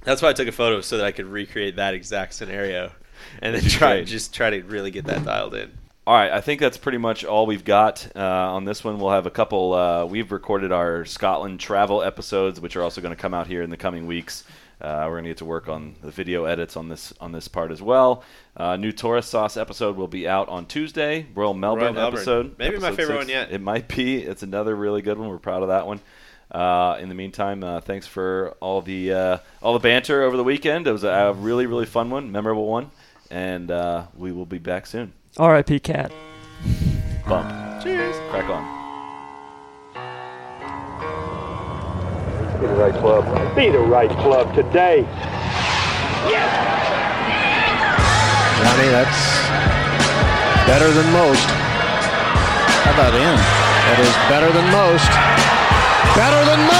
S6: that's why I took a photo so that I could recreate that exact scenario, and then
S1: That'd be
S6: try
S1: great.
S6: just try to really get that dialed in.
S1: All right, I think that's pretty much all we've got uh, on this one. We'll have a couple. Uh, we've recorded our Scotland travel episodes, which are also going to come out here in the coming weeks. Uh, we're going to get to work on the video edits on this on this part as well. Uh, new Taurus Sauce episode will be out on Tuesday. Royal Melbourne,
S6: Melbourne.
S1: episode,
S6: Maybe my
S1: episode
S6: favorite
S1: six.
S6: one yet.
S1: It might be. It's another really good one. We're proud of that one. Uh, in the meantime, uh, thanks for all the uh, all the banter over the weekend. It was a, a really really fun one, memorable one, and uh, we will be back soon
S7: R.I.P. Cat.
S1: bump. Cheers. Crack on.
S2: Be the right club. Be the right club today.
S3: Johnny, that's better than most. How about in? That is better than most. Better than